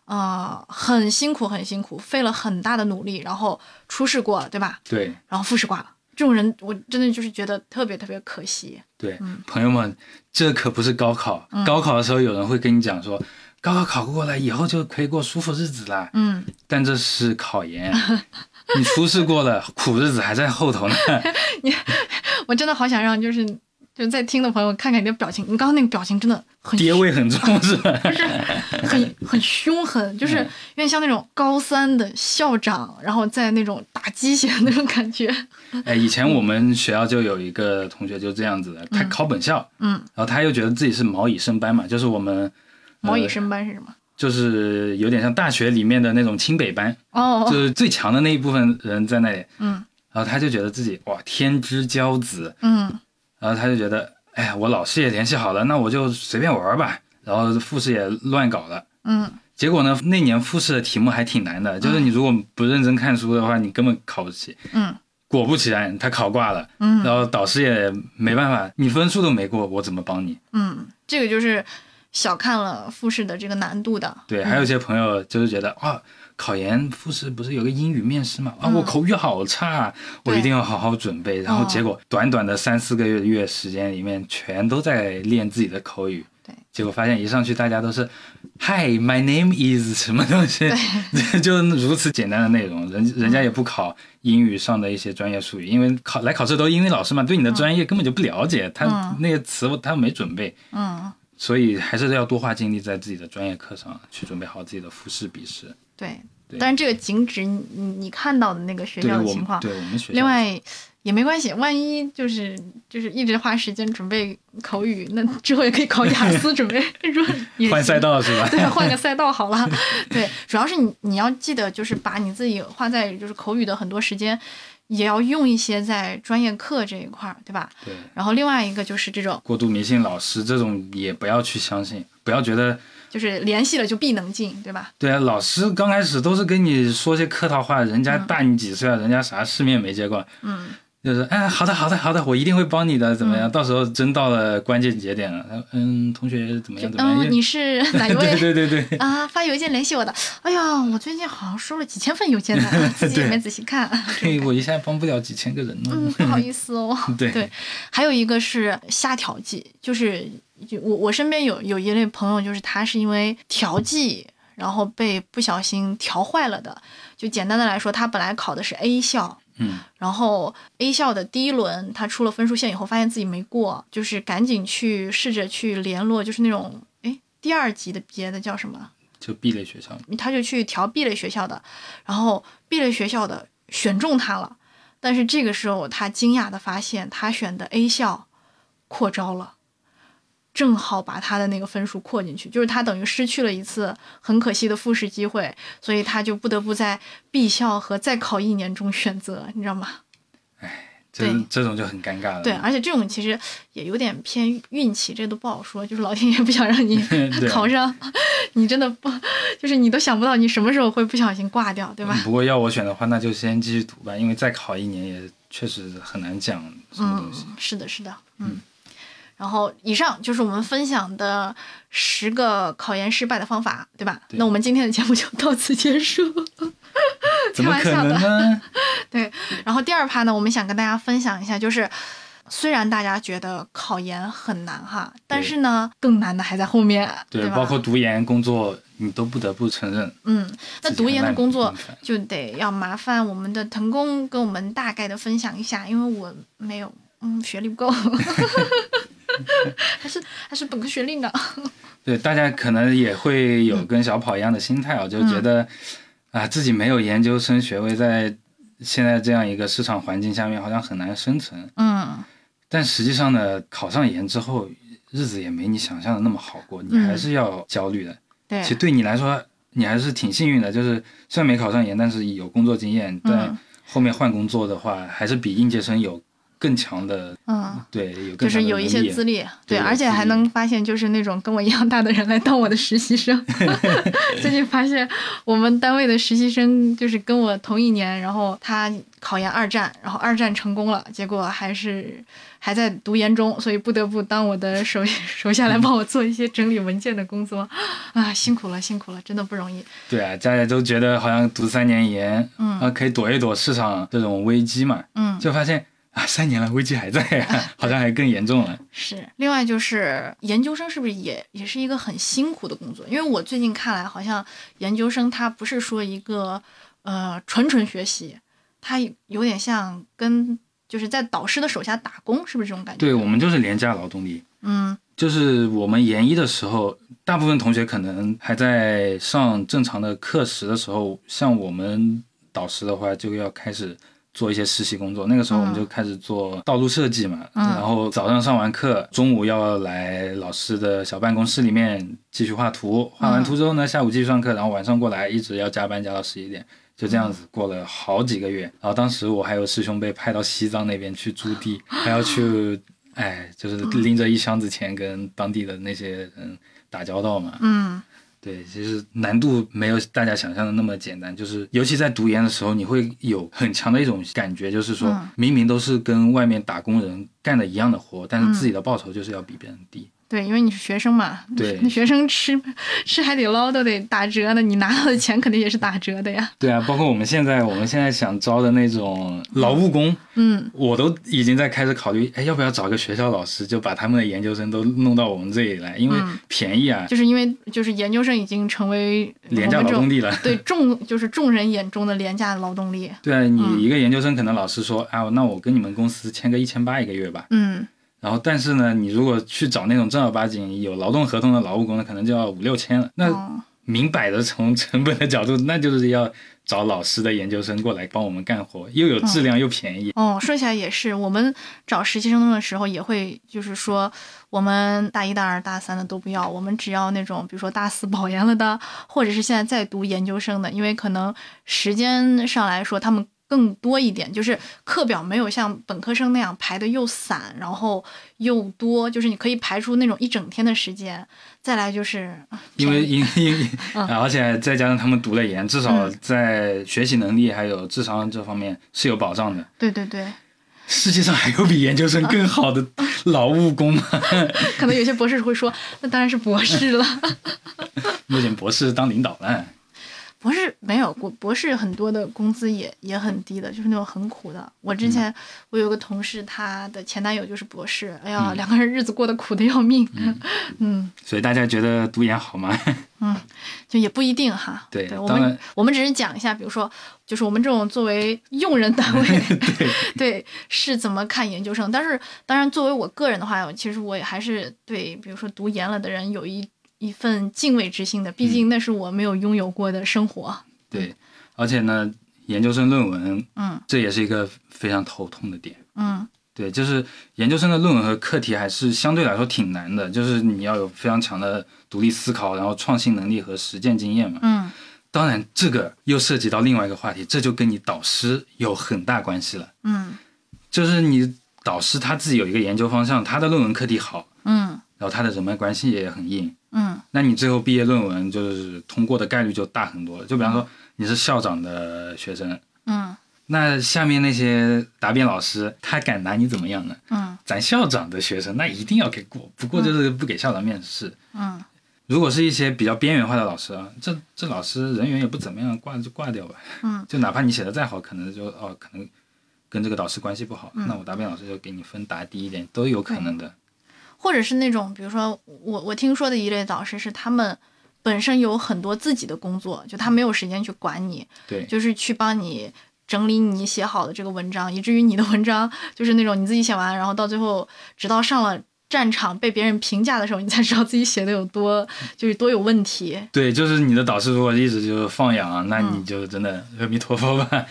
[SPEAKER 1] 呃，很辛苦，很辛苦，费了很大的努力，然后初试过了，对吧？
[SPEAKER 2] 对
[SPEAKER 1] 然后复试挂了。这种人，我真的就是觉得特别特别可惜。
[SPEAKER 2] 对，
[SPEAKER 1] 嗯
[SPEAKER 2] 朋友们，这可不是高考。高考的时候，有人会跟你讲说，高考考过了以后就可以过舒服日子啦。
[SPEAKER 1] 嗯，
[SPEAKER 2] 但这是考研， 你初试过了，苦日子还在后 头呢。
[SPEAKER 1] 我真的好想让就是就是在听的朋友看看你的表情，你刚刚那个表情真的很
[SPEAKER 2] 爹味很重是 吧？
[SPEAKER 1] 很很凶狠，就是
[SPEAKER 2] 嗯
[SPEAKER 1] 有点像那种高三的校长，然后在那种打鸡血的那种感觉。
[SPEAKER 2] 哎，以前我们学校就有一个同学就这样子的，他考本校，
[SPEAKER 1] 嗯，
[SPEAKER 2] 然后他又觉得自己是毛以升班嘛，就是我们
[SPEAKER 1] 毛
[SPEAKER 2] 呃
[SPEAKER 1] 以升班是什么？
[SPEAKER 2] 就是有点像大学里面的那种清北班，就
[SPEAKER 1] 哦，
[SPEAKER 2] 是最强的那一部分人在那里，
[SPEAKER 1] 嗯
[SPEAKER 2] 然后他就觉得自己哇天之骄子，
[SPEAKER 1] 嗯
[SPEAKER 2] 然后他就觉得，哎呀，我老师也联系好了，那我就随便玩儿吧。然后复试也乱搞了，
[SPEAKER 1] 嗯，
[SPEAKER 2] 结果呢，那年复试的题目还挺难的，就是你如果不认真看书的话，你根本考不起。
[SPEAKER 1] 嗯，
[SPEAKER 2] 果不其然，他考挂了。
[SPEAKER 1] 嗯，
[SPEAKER 2] 然后导师也没办法，你分数都没过，我怎么帮你？
[SPEAKER 1] 嗯，这个就是小看了复试的这个难度的。
[SPEAKER 2] 对，还有一些朋友就是觉得啊，考研复试不是有个英语面试嘛？啊，我口语好差啊，我
[SPEAKER 1] 嗯对
[SPEAKER 2] 一定要好好准备。然后
[SPEAKER 1] 哦
[SPEAKER 2] 结果短短的三四个月月时间里面，全都在练自己的口语。
[SPEAKER 1] 对，
[SPEAKER 2] 结果发现一上去大家都是 “Hi, my name is” 什么东西， 就如此简单的内容，人人家也不考英语上的一些专业术语，因为考来考试都英语老师嘛，对你
[SPEAKER 1] 嗯
[SPEAKER 2] 的专业根本就不了解，他那些词他没准备。
[SPEAKER 1] 嗯，
[SPEAKER 2] 所以还是要多花精力在自己的专业课上，去准备好自己的复试、笔试。
[SPEAKER 1] 对。
[SPEAKER 2] 对
[SPEAKER 1] 但是这个仅止你你你看到的那个学
[SPEAKER 2] 对
[SPEAKER 1] 校的
[SPEAKER 2] 我
[SPEAKER 1] 情
[SPEAKER 2] 们
[SPEAKER 1] 况，
[SPEAKER 2] 对我们学校，
[SPEAKER 1] 另外也没关系，万一就是就是一直花时间准备口语，那之后也可以考雅 思，准备说也行
[SPEAKER 2] 换赛，道是吧？
[SPEAKER 1] 对，换个赛道好了。 对，主要是你你要记得，就是把你自己花在就是口语的很多时间，也要用一些在专业课这一块儿，对吧？
[SPEAKER 2] 对，
[SPEAKER 1] 然后另外一个就是这种，
[SPEAKER 2] 过度迷信老师这种也不要去相信，不要觉得
[SPEAKER 1] 就是联系了就必能进，对吧？
[SPEAKER 2] 对啊，老师刚开始都是跟你说些客套话，人家大你几岁啊，人家啥世面没见过，
[SPEAKER 1] 嗯，
[SPEAKER 2] 就是哎，好的，好的，好的，我一定会帮你的，怎么样？到时候真到了关键节点了，他说嗯，同学怎么样？怎么
[SPEAKER 1] 嗯，
[SPEAKER 2] 样？
[SPEAKER 1] 你是哪一位？
[SPEAKER 2] 对对对 对，
[SPEAKER 1] 啊，发邮件联系我的。哎呀，我最近好像收了几千份邮件 呢，自己也没仔细看。
[SPEAKER 2] 嘿，我一下帮不了几千个人呢。
[SPEAKER 1] 嗯，不好意思哦。
[SPEAKER 2] 对
[SPEAKER 1] 对还有一个是瞎调剂，就是就我我身边有有一类朋友，就是他是因为调剂，然后被不小心调坏了的。就简单的来说，他本来考的是 A 校，
[SPEAKER 2] 嗯，
[SPEAKER 1] 然后 A 校的第一轮，他出了分数线以后，发现自己没过，就是赶紧去试着去联络，就是那种哎第二级的别的叫什么？
[SPEAKER 2] 就 B 类学校嘛，
[SPEAKER 1] 他就去调 B 类学校的，然后 B 类学校的选中他了，但是这个时候他惊讶的发现，他选的 A 校扩招了，正好把他的那个分数扩进去，就是他等于失去了一次很可惜的复试机会，所以他就不得不在 B 校和再考一年中选择，你知道吗？
[SPEAKER 2] 这
[SPEAKER 1] 对
[SPEAKER 2] 这种就很尴尬了。
[SPEAKER 1] 对，啊而且这种其实也有点偏运气，这都不好说。就是老天爷不想让你
[SPEAKER 2] 对
[SPEAKER 1] 考上， 你真的不， 就是你都想不到你什么时候会不小心挂掉，对吧？
[SPEAKER 2] 嗯不过要我选的话，那就先继续读吧，因为再考一年也确实很难讲什么东西。
[SPEAKER 1] 嗯是的，是的，嗯。然后以上就是我们分享的十个考研失败的方法，对吧？
[SPEAKER 2] 对
[SPEAKER 1] 那我们今天的节目就到此结束。
[SPEAKER 2] 怎么可能
[SPEAKER 1] 嗯开玩
[SPEAKER 2] 呢？
[SPEAKER 1] 然后第二趴呢，我们想跟大家分享一下，就是虽然大家觉得考研很难哈，但是呢，更难的还在后面，
[SPEAKER 2] 对，
[SPEAKER 1] 吧？
[SPEAKER 2] 包括读研工作，你都不得不承认。
[SPEAKER 1] 嗯，那
[SPEAKER 2] 自己
[SPEAKER 1] 读
[SPEAKER 2] 很
[SPEAKER 1] 研的
[SPEAKER 2] 难
[SPEAKER 1] 工作
[SPEAKER 2] 平衡
[SPEAKER 1] 就得要麻烦我们的腾工跟我们大概的分享一下，因为我没有，嗯，学历不够， 还是还是本科学历呢。
[SPEAKER 2] 对，大家可能也会
[SPEAKER 1] 嗯
[SPEAKER 2] 有跟小跑一样的心态哦，就觉得啊，自己没有研究生学位，在现在这样一个市场环境下面，好像很难生存。
[SPEAKER 1] 嗯
[SPEAKER 2] 但实际上呢，考上研之后，日子也没你想象的那么好过，你
[SPEAKER 1] 嗯
[SPEAKER 2] 还是要焦虑的。
[SPEAKER 1] 对
[SPEAKER 2] 其实对你来说，你还是挺幸运的，就是虽然没考上研，但是有工作经
[SPEAKER 1] 嗯
[SPEAKER 2] 验，但后面换工作的话，还是比应届生有更强的，
[SPEAKER 1] 嗯，
[SPEAKER 2] 对，有
[SPEAKER 1] 就
[SPEAKER 2] 更
[SPEAKER 1] 是
[SPEAKER 2] 强的
[SPEAKER 1] 有一
[SPEAKER 2] 能
[SPEAKER 1] 些
[SPEAKER 2] 力
[SPEAKER 1] 资历，对，
[SPEAKER 2] 对有
[SPEAKER 1] 而且
[SPEAKER 2] 资
[SPEAKER 1] 还
[SPEAKER 2] 历
[SPEAKER 1] 能发现，就是那种跟我一样大的人来当我的实习生。 最近发现我们单位的实习生就是跟我同一年，然后他考研二战，然后二战成功了，结果还是还在读研中，所以不得不当我的 手手下来帮我做一些整理文件的工作， 啊，辛苦了，辛苦了，真的不容易。
[SPEAKER 2] 对啊，大家都觉得好像读三年研，
[SPEAKER 1] 嗯
[SPEAKER 2] 啊，可以躲一躲市场这种危机嘛，
[SPEAKER 1] 嗯，
[SPEAKER 2] 就发现啊，三年了，危机 还在、啊，好像还更严重了。
[SPEAKER 1] 是，另外就是研究生是不是也也是一个很辛苦的工作？因为我最近看来，好像研究生他不是说一个呃纯纯学习，他有点像跟就是在导师的手下打工，是不是这种感觉？
[SPEAKER 2] 对我们就是廉价劳动力，
[SPEAKER 1] 嗯
[SPEAKER 2] 就是我们研一的时候，大部分同学可能还在上正常的课时的时候，像我们导师的话，就要开始。做一些实习工作，那个时候我们就开始做道路设计嘛，
[SPEAKER 1] 嗯
[SPEAKER 2] 然后早上上完课，中午要来老师的小办公室里面继续画图，画完图之后呢，下午继续上课，然后晚上过来一直要加班加到十一点，就这样子过了好几个月。然后当时我还有师兄被派到西藏那边去驻地，还要去，哎，就是拎着一箱子钱跟当地的那些人打交道嘛。
[SPEAKER 1] 嗯
[SPEAKER 2] 对，其实难度没有大家想象的那么简单，就是尤其在读研的时候，你会有很强的一种感觉，就是说、
[SPEAKER 1] 嗯
[SPEAKER 2] 明明都是跟外面打工人干的一样的活，但
[SPEAKER 1] 嗯
[SPEAKER 2] 是自己的报酬就是要比别人低。
[SPEAKER 1] 对，因为你是学生嘛，
[SPEAKER 2] 对
[SPEAKER 1] 学生吃吃海底捞都得打折的，你拿到的钱肯定也是打折的呀。
[SPEAKER 2] 对啊，包括我们现在， 我们现在想招的那种劳务工，
[SPEAKER 1] 嗯，
[SPEAKER 2] 我都已经在开始考虑，哎，要不要找个学校老师，就把他们的研究生都弄到我们这里来，因为
[SPEAKER 1] 嗯
[SPEAKER 2] 便宜啊，
[SPEAKER 1] 就是因为就是研究生已经成为我
[SPEAKER 2] 廉
[SPEAKER 1] 们
[SPEAKER 2] 价
[SPEAKER 1] 这
[SPEAKER 2] 劳动
[SPEAKER 1] 种
[SPEAKER 2] 力了。
[SPEAKER 1] 对众就是众人眼中的廉价劳动力。
[SPEAKER 2] 对啊，
[SPEAKER 1] 嗯
[SPEAKER 2] 你一个研究生可能老师说啊，那我跟你们公司签个一千八一个月吧。
[SPEAKER 1] 嗯
[SPEAKER 2] 然后，但是呢，你如果去找那种正儿八经有劳动合同的劳务工呢，可能就要五六千了。那
[SPEAKER 1] 哦
[SPEAKER 2] 明摆着从成本的角度，那就是要找老师的研究生过来帮我们干活，又有质量又便宜。
[SPEAKER 1] 哦，说起来也是，我们找实习生的时候也会，就是说我们大一、大二、大三的都不要，我们只要那种，比如说大四保研了的，或者是现在在读研究生的，因为可能时间上来说他们更多一点，就是课表没有像本科生那样排的又散，然后又多，就是你可以排出那种一整天的时间。再来就是，啊
[SPEAKER 2] 因为
[SPEAKER 1] 便宜
[SPEAKER 2] 因因，
[SPEAKER 1] 嗯
[SPEAKER 2] 而且再加上他们读了研，至少
[SPEAKER 1] 嗯
[SPEAKER 2] 在学习能力还有智商这方面是有保障的。
[SPEAKER 1] 对对对，
[SPEAKER 2] 世界上还有比研究生更好的劳务工吗？
[SPEAKER 1] 可能有些博士会说，那当然是博士了。
[SPEAKER 2] 目前博士当领导了。
[SPEAKER 1] 博士没有，博博士很多的工资也也很低的，就是那种很苦的。我之
[SPEAKER 2] 嗯
[SPEAKER 1] 前、我有个同事，她的前男友就是博士，哎
[SPEAKER 2] 嗯
[SPEAKER 1] 呀，两个人日子过得苦的要命，嗯
[SPEAKER 2] 所以大家觉得读研好吗？
[SPEAKER 1] 就也不一定哈。
[SPEAKER 2] 对
[SPEAKER 1] 我
[SPEAKER 2] 当
[SPEAKER 1] 们
[SPEAKER 2] 然
[SPEAKER 1] 我们只是讲一下，比如说，就是我们这种作为用人单位，
[SPEAKER 2] 对，
[SPEAKER 1] 对，是怎么看研究生？但是，当然，作为我个人的话，其实我也还是对，比如说读研了的人有一一份敬畏之心的，毕
[SPEAKER 2] 嗯
[SPEAKER 1] 竟那是我没有拥有过的生活。
[SPEAKER 2] 对，而且呢，研究生论文
[SPEAKER 1] 嗯
[SPEAKER 2] 这也是一个非常头痛的点。
[SPEAKER 1] 嗯
[SPEAKER 2] 对，就是研究生的论文和课题还是相对来说挺难的，就是你要有非常强的独立思考，然后创新能力和实践经验嘛。
[SPEAKER 1] 嗯，
[SPEAKER 2] 当然，这个又涉及到另外一个话题，这就跟你导师有很大关系了。
[SPEAKER 1] 嗯
[SPEAKER 2] 就是你导师他自己有一个研究方向，他的论文课题好，
[SPEAKER 1] 嗯
[SPEAKER 2] 然后他的人脉关系也很硬，
[SPEAKER 1] 嗯
[SPEAKER 2] 那你最后毕业论文就是通过的概率就大很多了。就比方说你是校长的学生，
[SPEAKER 1] 嗯
[SPEAKER 2] 那下面那些答辩老师，他敢拿你怎么样呢？
[SPEAKER 1] 嗯
[SPEAKER 2] 咱校长的学生那一定要给过，不过就是不给校长面试。
[SPEAKER 1] 嗯
[SPEAKER 2] 如果是一些比较边缘化的老师啊，这这 老师人缘也不怎么样，挂就挂掉吧。
[SPEAKER 1] 嗯，
[SPEAKER 2] 就哪怕你写的再好，可能就哦，可能跟这个导师关系不好，
[SPEAKER 1] 嗯
[SPEAKER 2] 那我答辩老师就给你分打低一点，都有可能的。
[SPEAKER 1] 或者是那种，比如说我我听说的一类导师是他们本身有很多自己的工作，就他没有时间去管你，
[SPEAKER 2] 对，
[SPEAKER 1] 就是去帮你整理你写好的这个文章，以至于你的文章就是那种你自己写完，然后到最后直到上了战场被别人评价的时候，你才知道自己写的有多就是多有问题。
[SPEAKER 2] 对，就是你的导师如果一直就是放养，啊那
[SPEAKER 1] 嗯
[SPEAKER 2] 你就真的阿弥陀佛吧。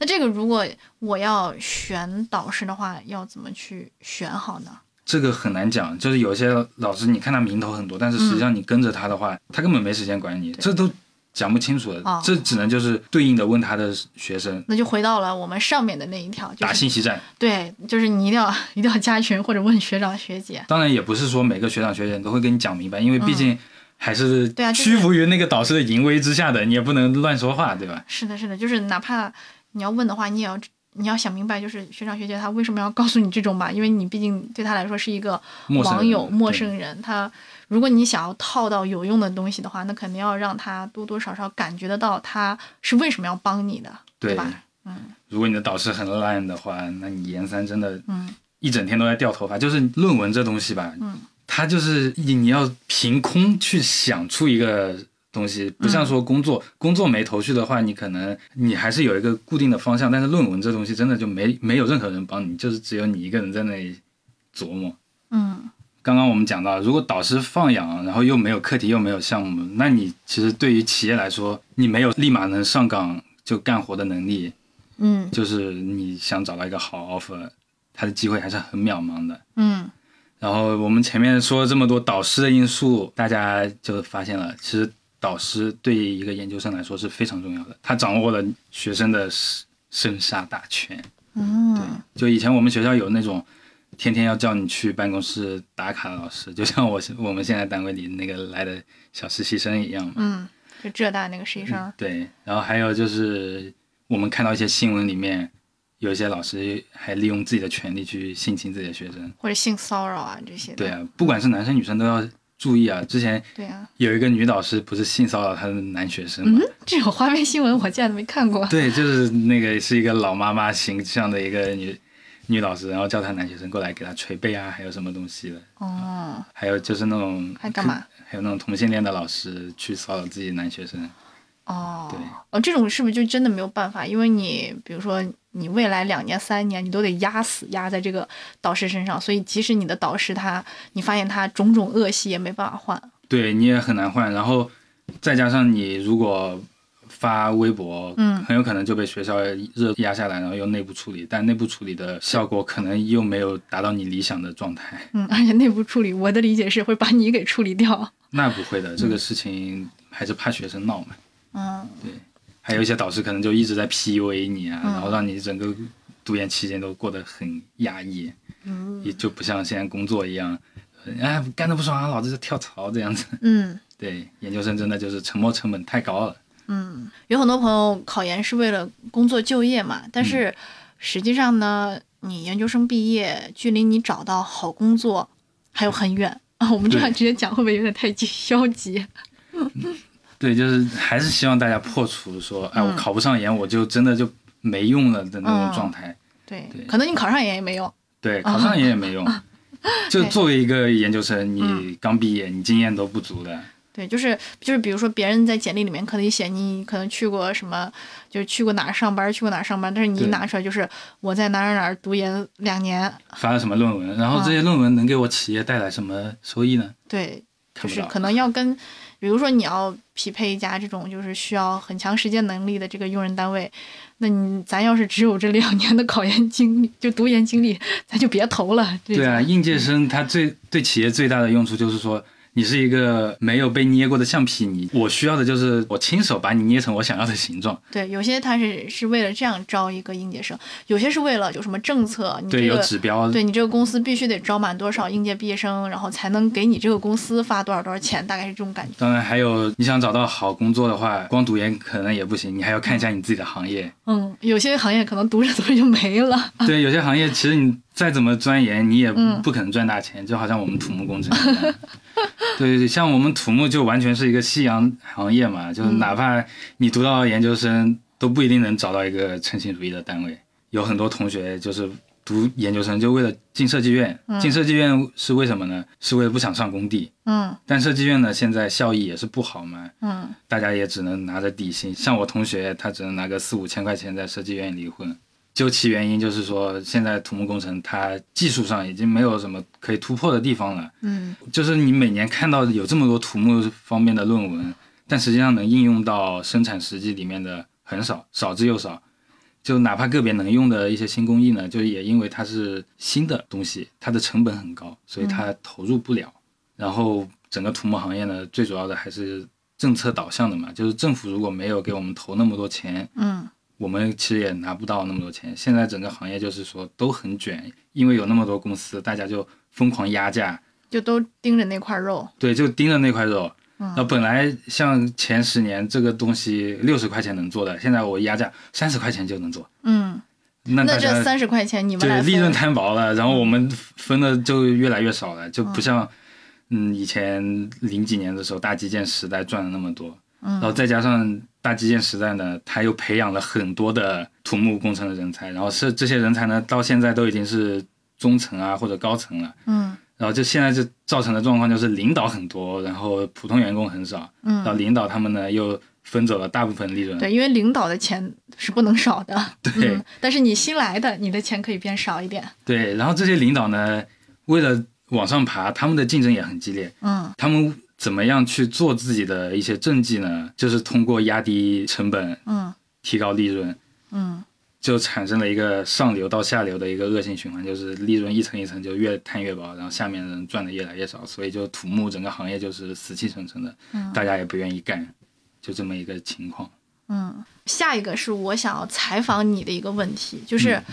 [SPEAKER 1] 那这个如果我要选导师的话，要怎么去选好呢？
[SPEAKER 2] 这个很难讲，就是有些老师你看他名头很多，但是
[SPEAKER 1] 嗯
[SPEAKER 2] 实际上你跟着他的话，他根本没时间管你，这都讲不清楚的，
[SPEAKER 1] 哦
[SPEAKER 2] 这只能就是对应的问他的学生。
[SPEAKER 1] 那就回到了我们上面的那一条，就
[SPEAKER 2] 打
[SPEAKER 1] 是
[SPEAKER 2] 信息战，
[SPEAKER 1] 对，就是你一定要 一定要加群或者问学长学姐。
[SPEAKER 2] 当然也不是说每个学长学姐都会跟你讲明白，因为毕竟还是
[SPEAKER 1] 嗯对啊就是
[SPEAKER 2] 屈服于那个导师的淫威之下的，你也不能乱说话，对吧？
[SPEAKER 1] 是的，是的，就是哪怕你要问的话，你也要你要想明白，就是学长学姐他为什么要告诉你这种嘛？因为你毕竟对他来说是一个
[SPEAKER 2] 陌生人
[SPEAKER 1] 网友、
[SPEAKER 2] 对
[SPEAKER 1] 陌生人。他如果你想要套到有用的东西的话，那肯定要让他多多少少感觉得到他是为什么要帮你的，
[SPEAKER 2] 对
[SPEAKER 1] 吧？嗯
[SPEAKER 2] 如果你的导师很烂的话，那你研三真的
[SPEAKER 1] 嗯
[SPEAKER 2] 一整天都在掉头发。就是论文这东西吧，
[SPEAKER 1] 嗯
[SPEAKER 2] 它就是你你要凭空去想出一个东西，不像说工作，工作没头绪的话，你可能你还是有一个固定的方向，但是论文这东西真的就没没有任何人帮你，就是只有你一个人在那里琢磨。
[SPEAKER 1] 嗯，
[SPEAKER 2] 刚刚我们讲到，如果导师放养，然后又没有课题，又没有项目，那你其实对于企业来说，你没有立马能上岗就干活的能力，
[SPEAKER 1] 嗯
[SPEAKER 2] 就是你想找到一个好 offer，它的机会还是很渺茫的。
[SPEAKER 1] 嗯
[SPEAKER 2] 然后我们前面说了这么多导师的因素，大家就发现了，其实导师对于一个研究生来说是非常重要的，他掌握了学生的生生杀大权。
[SPEAKER 1] 嗯，
[SPEAKER 2] 就以前我们学校有那种天天要叫你去办公室打卡的老师，就像我现我们现在单位里那个来的小实习生一样嘛。
[SPEAKER 1] 嗯，就浙大那个实习生，
[SPEAKER 2] 对，然后还有就是我们看到一些新闻里面，有一些老师还利用自己的权利去性侵自己的学生。
[SPEAKER 1] 或者性骚扰啊这些的，
[SPEAKER 2] 对啊，不管是男生女生都要注意啊。之前
[SPEAKER 1] 对啊，
[SPEAKER 2] 有一个女导师不是性骚扰她的男学生吗？
[SPEAKER 1] 这种花边新闻我竟然没看过，
[SPEAKER 2] 对，就是那个是一个老妈妈形象的一个女女老师，然后叫她男学生过来给她捶背啊，还有什么东西的。
[SPEAKER 1] 哦，
[SPEAKER 2] 还有就是那种
[SPEAKER 1] 还干嘛？
[SPEAKER 2] 还有那种同性恋的老师去骚扰自己男学生，
[SPEAKER 1] 哦
[SPEAKER 2] 对，
[SPEAKER 1] 哦，这种是不是就真的没有办法？因为你比如说你未来两年、三年，你都得压死压在这个导师身上，所以即使你的导师他，你发现他种种恶习也没办法换。
[SPEAKER 2] 对你也很难换。然后再加上你如果发微博，
[SPEAKER 1] 嗯
[SPEAKER 2] 很有可能就被学校热压下来，然后又内部处理，但内部处理的效果可能又没有达到你理想的状态。
[SPEAKER 1] 嗯，而且内部处理，我的理解是会把你给处理掉。
[SPEAKER 2] 那不会的，这个事情还是怕学生闹嘛。
[SPEAKER 1] 嗯，
[SPEAKER 2] 还有一些导师可能就一直在 PUA 你啊，
[SPEAKER 1] 嗯
[SPEAKER 2] 然后让你整个读研期间都过得很压抑，
[SPEAKER 1] 嗯
[SPEAKER 2] 也就不像现在工作一样，哎，干的不爽啊，老子就跳槽这样子。
[SPEAKER 1] 嗯
[SPEAKER 2] 对，研究生真的就是沉没成本太高了。
[SPEAKER 1] 嗯，有很多朋友考研是为了工作就业嘛，但是实际上呢，你研究生毕业，距离你找到好工作还有很远。啊，我们这样
[SPEAKER 2] 对
[SPEAKER 1] 直接讲会不会有点太消极？
[SPEAKER 2] 对，就是还是希望大家破除说，哎，我
[SPEAKER 1] 嗯
[SPEAKER 2] 考不上研，我就真的就没用了的那种状态。
[SPEAKER 1] 对，
[SPEAKER 2] 对
[SPEAKER 1] 可能你考上研也没用。
[SPEAKER 2] 对，考上研也没用。 就
[SPEAKER 1] 哦对
[SPEAKER 2] 作为一个研究生，你
[SPEAKER 1] 嗯
[SPEAKER 2] 刚毕业，你经验都不足的，
[SPEAKER 1] 对，就是就是，比如说别人在简历里面可以写你可能去过什么，就是去过哪儿上班，去过哪儿上班，但是你一
[SPEAKER 2] 对
[SPEAKER 1] 拿出来就是我在哪儿哪儿哪儿读研两年，
[SPEAKER 2] 发了什么论文，然后
[SPEAKER 1] 嗯
[SPEAKER 2] 这些论文能给我企业带来什么收益呢？
[SPEAKER 1] 对，就
[SPEAKER 2] 看不
[SPEAKER 1] 是
[SPEAKER 2] 到。
[SPEAKER 1] 可能要跟，比如说你要匹配一家这种就是需要很强实践能力的这个用人单位，那你咱要是只有这两年的考研经历，就读研经历，咱就别投了。这
[SPEAKER 2] 对啊，
[SPEAKER 1] 种，
[SPEAKER 2] 应届生他最对企业最大的用处就是说，你是一个没有被捏过的橡皮泥，我需要的就是我亲手把你捏成我想要的形状。
[SPEAKER 1] 对，有些他是是为了这样招一个应届生，有些是为了有什么政策，你嗯
[SPEAKER 2] 对，
[SPEAKER 1] 这
[SPEAKER 2] 有
[SPEAKER 1] 个
[SPEAKER 2] 指标。
[SPEAKER 1] 对你这个公司必须得招满多少应届毕业生，然后才能给你这个公司发多少多少钱，大概是这种感觉。
[SPEAKER 2] 当然，还有你想找到好工作的话，光读研可能也不行，你还要看一下你自己的行业。
[SPEAKER 1] 嗯，有些行业可能读着 读着就没了。
[SPEAKER 2] 对，有些行业其实你再怎么钻研，你也
[SPEAKER 1] 啊嗯
[SPEAKER 2] 不可能赚大钱，就好像我们土木工程一样。 对，像我们土木就完全是一个夕阳行业
[SPEAKER 1] 嗯
[SPEAKER 2] 嘛，就是哪怕你读到研究生，都不一定能找到一个称心如意的单位。有很多同学就是读研究生就为了进设计院，
[SPEAKER 1] 嗯
[SPEAKER 2] 进设计院是为什么呢？是为了不想上工地。
[SPEAKER 1] 嗯
[SPEAKER 2] 但设计院呢，现在效益也是不好嘛，
[SPEAKER 1] 嗯
[SPEAKER 2] 大家也只能拿着底薪。像我同学，他只能拿个四五千块钱在设计院离婚。究其原因，就是说现在土木工程它技术上已经没有什么可以突破的地方了。
[SPEAKER 1] 嗯
[SPEAKER 2] 就是你每年看到有这么多土木方面的论文，但实际上能应用到生产实际里面的很少，少之又少。就哪怕个别能用的一些新工艺呢，就是也因为它是新的东西，它的成本很高，所以它投入不了。然后整个土木行业呢，最主要的还是政策导向的嘛，就是政府如果没有给我们投那么多钱，
[SPEAKER 1] 嗯
[SPEAKER 2] 我们其实也拿不到那么多钱。现在整个行业就是说都很卷，因为有那么多公司，大家就疯狂压价，
[SPEAKER 1] 就都盯着那块肉。
[SPEAKER 2] 对，就盯着那块肉。
[SPEAKER 1] 嗯
[SPEAKER 2] 那本来像前十年这个东西六十块钱能做的，现在我压价三十块钱就能做，
[SPEAKER 1] 嗯，
[SPEAKER 2] 那
[SPEAKER 1] 那
[SPEAKER 2] 大
[SPEAKER 1] 这
[SPEAKER 2] 家
[SPEAKER 1] 三十块钱你们来
[SPEAKER 2] 对利
[SPEAKER 1] 分嗯
[SPEAKER 2] 润摊薄了，然后我们分的就越来越少了，就不像嗯以前零几年的时候大基建时代赚了那么多，
[SPEAKER 1] 嗯
[SPEAKER 2] 然后再加上大基建时代呢，他又培养了很多的土木工程的人才，然后是这些人才呢到现在都已经是中层啊或者高层了。
[SPEAKER 1] 嗯
[SPEAKER 2] 然后就现在就造成的状况就是领导很多，然后普通员工很少，然后
[SPEAKER 1] 嗯，
[SPEAKER 2] 领导他们呢又分走了大部分利润，
[SPEAKER 1] 对，因为领导的钱是不能少的。
[SPEAKER 2] 对
[SPEAKER 1] 嗯，但是你新来的，你的钱可以变少一点。
[SPEAKER 2] 对然后这些领导呢为了往上爬，他们的竞争也很激烈，
[SPEAKER 1] 嗯
[SPEAKER 2] 他们怎么样去做自己的一些政绩呢？就是通过压低成本、
[SPEAKER 1] 嗯
[SPEAKER 2] 提高利润，
[SPEAKER 1] 嗯
[SPEAKER 2] 就产生了一个上流到下流的一个恶性循环，就是利润一层一层就越摊越薄，然后下面的人赚的越来越少，所以就土木整个行业就是死气沉沉的，大家也不愿意干，就这么一个情况。
[SPEAKER 1] 嗯。下一个是我想要采访你的一个问题，就是
[SPEAKER 2] 嗯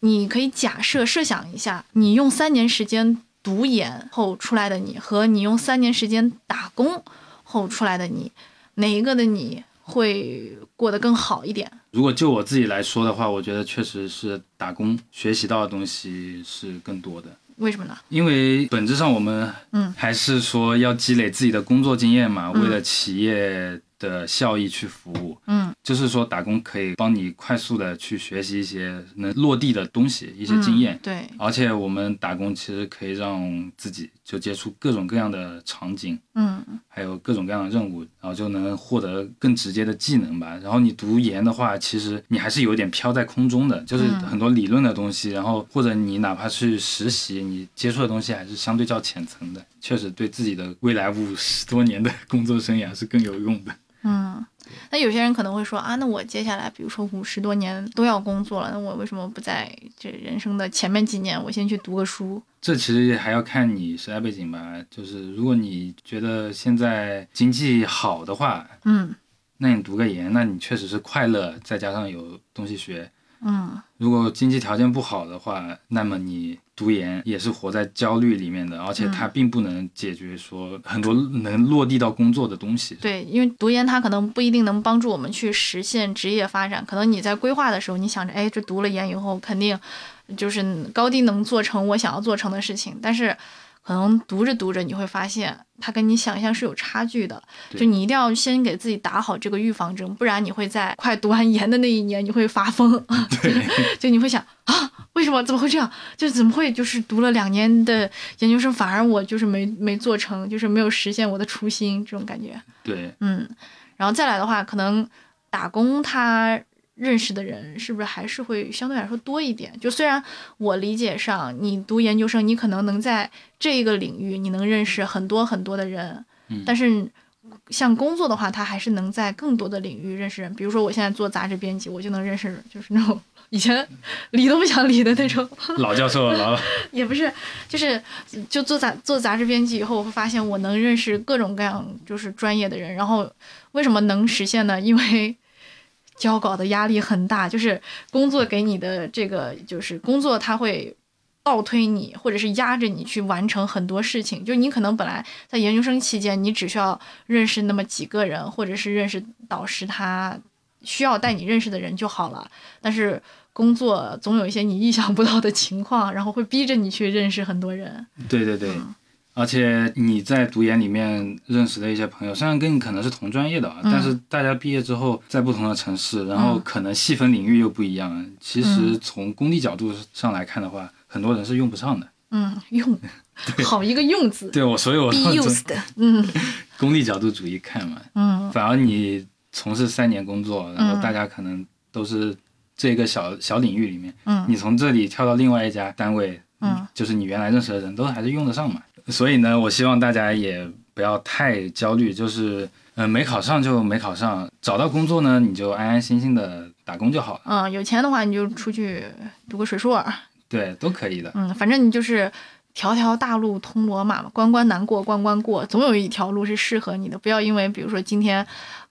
[SPEAKER 1] 你可以假设设想一下，你用三年时间读研后出来的你，和你用三年时间打工后出来的你，哪一个的你会过得更好一点？
[SPEAKER 2] 如果就我自己来说的话，我觉得确实是打工学习到的东西是更多的，
[SPEAKER 1] 为什么呢？
[SPEAKER 2] 因为本质上我们
[SPEAKER 1] 嗯
[SPEAKER 2] 还是说要积累自己的工作经验嘛，为了企业的效益去服务。
[SPEAKER 1] 嗯
[SPEAKER 2] 就是说打工可以帮你快速的去学习一些能落地的东西，一些
[SPEAKER 1] 嗯
[SPEAKER 2] 经验。
[SPEAKER 1] 对，
[SPEAKER 2] 而且我们打工其实可以让自己就接触各种各样的场景，
[SPEAKER 1] 嗯
[SPEAKER 2] 还有各种各样的任务，然后就能获得更直接的技能吧。然后你读研的话，其实你还是有点飘在空中的，就是很多理论的东西，然后或者你哪怕去实习，你接触的东西还是相对较浅层的，确实对自己的未来五十多年的工作生涯是更有用的。
[SPEAKER 1] 嗯。那有些人可能会说啊，那我接下来比如说五十多年都要工作了，那我为什么不在这人生的前面几年，我先去读个书？
[SPEAKER 2] 这其实还要看你时代背景吧，就是如果你觉得现在经济好的话，
[SPEAKER 1] 嗯
[SPEAKER 2] 那你读个研，那你确实是快乐，再加上有东西学。
[SPEAKER 1] 嗯
[SPEAKER 2] 如果经济条件不好的话，那么你读研也是活在焦虑里面的，而
[SPEAKER 1] 嗯
[SPEAKER 2] 且它并不能解决说很多能落地到工作的东西。
[SPEAKER 1] 对，因为读研它可能不一定能帮助我们去实现职业发展，可能你在规划的时候，你想着，哎，这读了研以后肯定就是高低能做成我想要做成的事情，但是可能读着读着你会发现，它跟你想象是有差距的。
[SPEAKER 2] 对
[SPEAKER 1] 就你一定要先给自己打好这个预防针，不然你会在快读完研的那一年你会发疯， 就你会想啊，为什么怎么会这样？就怎么会就是读了两年的研究生，反而我就是没没做成，就是没有实现我的初心这种感觉。
[SPEAKER 2] 对，
[SPEAKER 1] 嗯，然后再来的话，可能打工他认识的人是不是还是会相对来说多一点？就虽然我理解上，你读研究生，你可能能在这一个领域你能认识很多很多的人，
[SPEAKER 2] 嗯
[SPEAKER 1] 但是。像工作的话，他还是能在更多的领域认识人。比如说，我现在做杂志编辑，我就能认识就是那种以前 理都不想理的那种
[SPEAKER 2] 老教授，老
[SPEAKER 1] 也不是，就是就做杂做杂志编辑以后，我会发现我能认识各种各样就是专业的人。然后为什么能实现呢？因为交稿的压力很大，就是工作给你的这个就是工作，它会倒推你或者是压着你去完成很多事情。就你可能本来在研究生期间，你只需要认识那么几个人，或者是认识导师他需要带你认识的人就好了，但是。工作总有一些你意想不到的情况，然后会逼着你去认识很多人。
[SPEAKER 2] 对对对，而且你在读研里面认识的一些朋友，虽然跟你可能是同专业的啊，
[SPEAKER 1] 嗯
[SPEAKER 2] 但是大家毕业之后在不同的城市，然后可能细分领域又不一样。
[SPEAKER 1] 嗯
[SPEAKER 2] 其实从功利角度上来看的话，很多人是用不上的。
[SPEAKER 1] 嗯， 用，好一个用字
[SPEAKER 2] 对我，所以我
[SPEAKER 1] ，be
[SPEAKER 2] 说从
[SPEAKER 1] used，嗯
[SPEAKER 2] 功利角度主义看嘛，
[SPEAKER 1] 嗯
[SPEAKER 2] 反而你从事三年工作，然后大家可能都是这个小小领域里面，
[SPEAKER 1] 嗯
[SPEAKER 2] 你从这里跳到另外一家单位，
[SPEAKER 1] 嗯，
[SPEAKER 2] 就是你原来认识的人都还是用得上嘛。所以呢，我希望大家也不要太焦虑，就是嗯、呃没考上就没考上，找到工作呢你就安安心心的打工就好了，
[SPEAKER 1] 嗯，有钱的话你就出去读个水硕，啊
[SPEAKER 2] 对，都可以的。
[SPEAKER 1] 嗯，反正你就是条条大路通罗马嘛，关关难过关关过，总有一条路是适合你的。不要因为比如说今天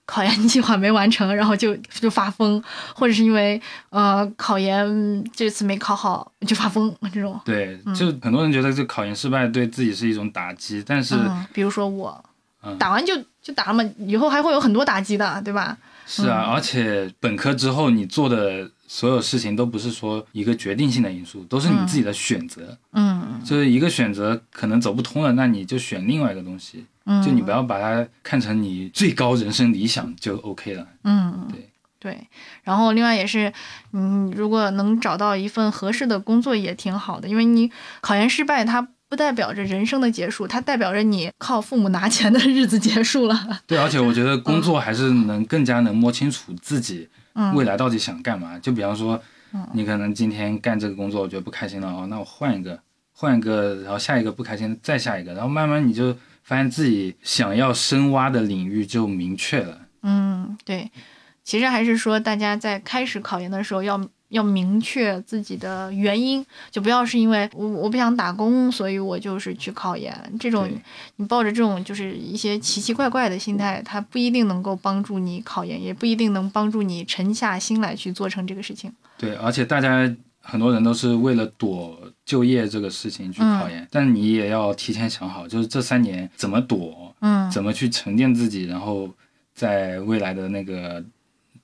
[SPEAKER 1] 考研计划没完成，然后就就发疯，或者是因为呃考研这次没考好就发疯这种。
[SPEAKER 2] 对，就很多人觉得这考研失败对自己是一种打击，但是、
[SPEAKER 1] 嗯，比如说我、
[SPEAKER 2] 嗯
[SPEAKER 1] 打完就就打了嘛，以后还会有很多打击的，对吧？
[SPEAKER 2] 是
[SPEAKER 1] 嗯
[SPEAKER 2] 啊，而且本科之后你做的所有事情都不是说一个决定性的因素，都是你自己的选择。
[SPEAKER 1] 嗯
[SPEAKER 2] 就是一个选择可能走不通了，那你就选另外一个东西，
[SPEAKER 1] 嗯，
[SPEAKER 2] 就你不要把它看成你最高人生理想就 OK 了。
[SPEAKER 1] 嗯，
[SPEAKER 2] 对
[SPEAKER 1] 对，然后另外也是，嗯，如果能找到一份合适的工作也挺好的，因为你考研失败，它不代表着人生的结束，它代表着你靠父母拿钱的日子结束了。
[SPEAKER 2] 对，而且我觉得工作还是能更加能摸清楚自己
[SPEAKER 1] 嗯
[SPEAKER 2] 未来到底想干嘛。就比方说，你可能今天干这个工作我觉得不开心了哦，那我换一个，换一个，然后下一个不开心再下一个，然后慢慢你就发现自己想要深挖的领域就明确了。
[SPEAKER 1] 嗯，对，其实还是说大家在开始考研的时候要。要明确自己的原因，就不要是因为我我不想打工，所以我就是去考研。这种
[SPEAKER 2] 对
[SPEAKER 1] 你抱着这种就是一些奇奇怪怪的心态，它不一定能够帮助你考研，也不一定能帮助你沉下心来去做成这个事情。
[SPEAKER 2] 对，而且大家很多人都是为了躲就业这个事情去考研，但你也要提前想好，就是这三年怎么躲，
[SPEAKER 1] 嗯
[SPEAKER 2] 怎么去沉淀自己，然后在未来的那个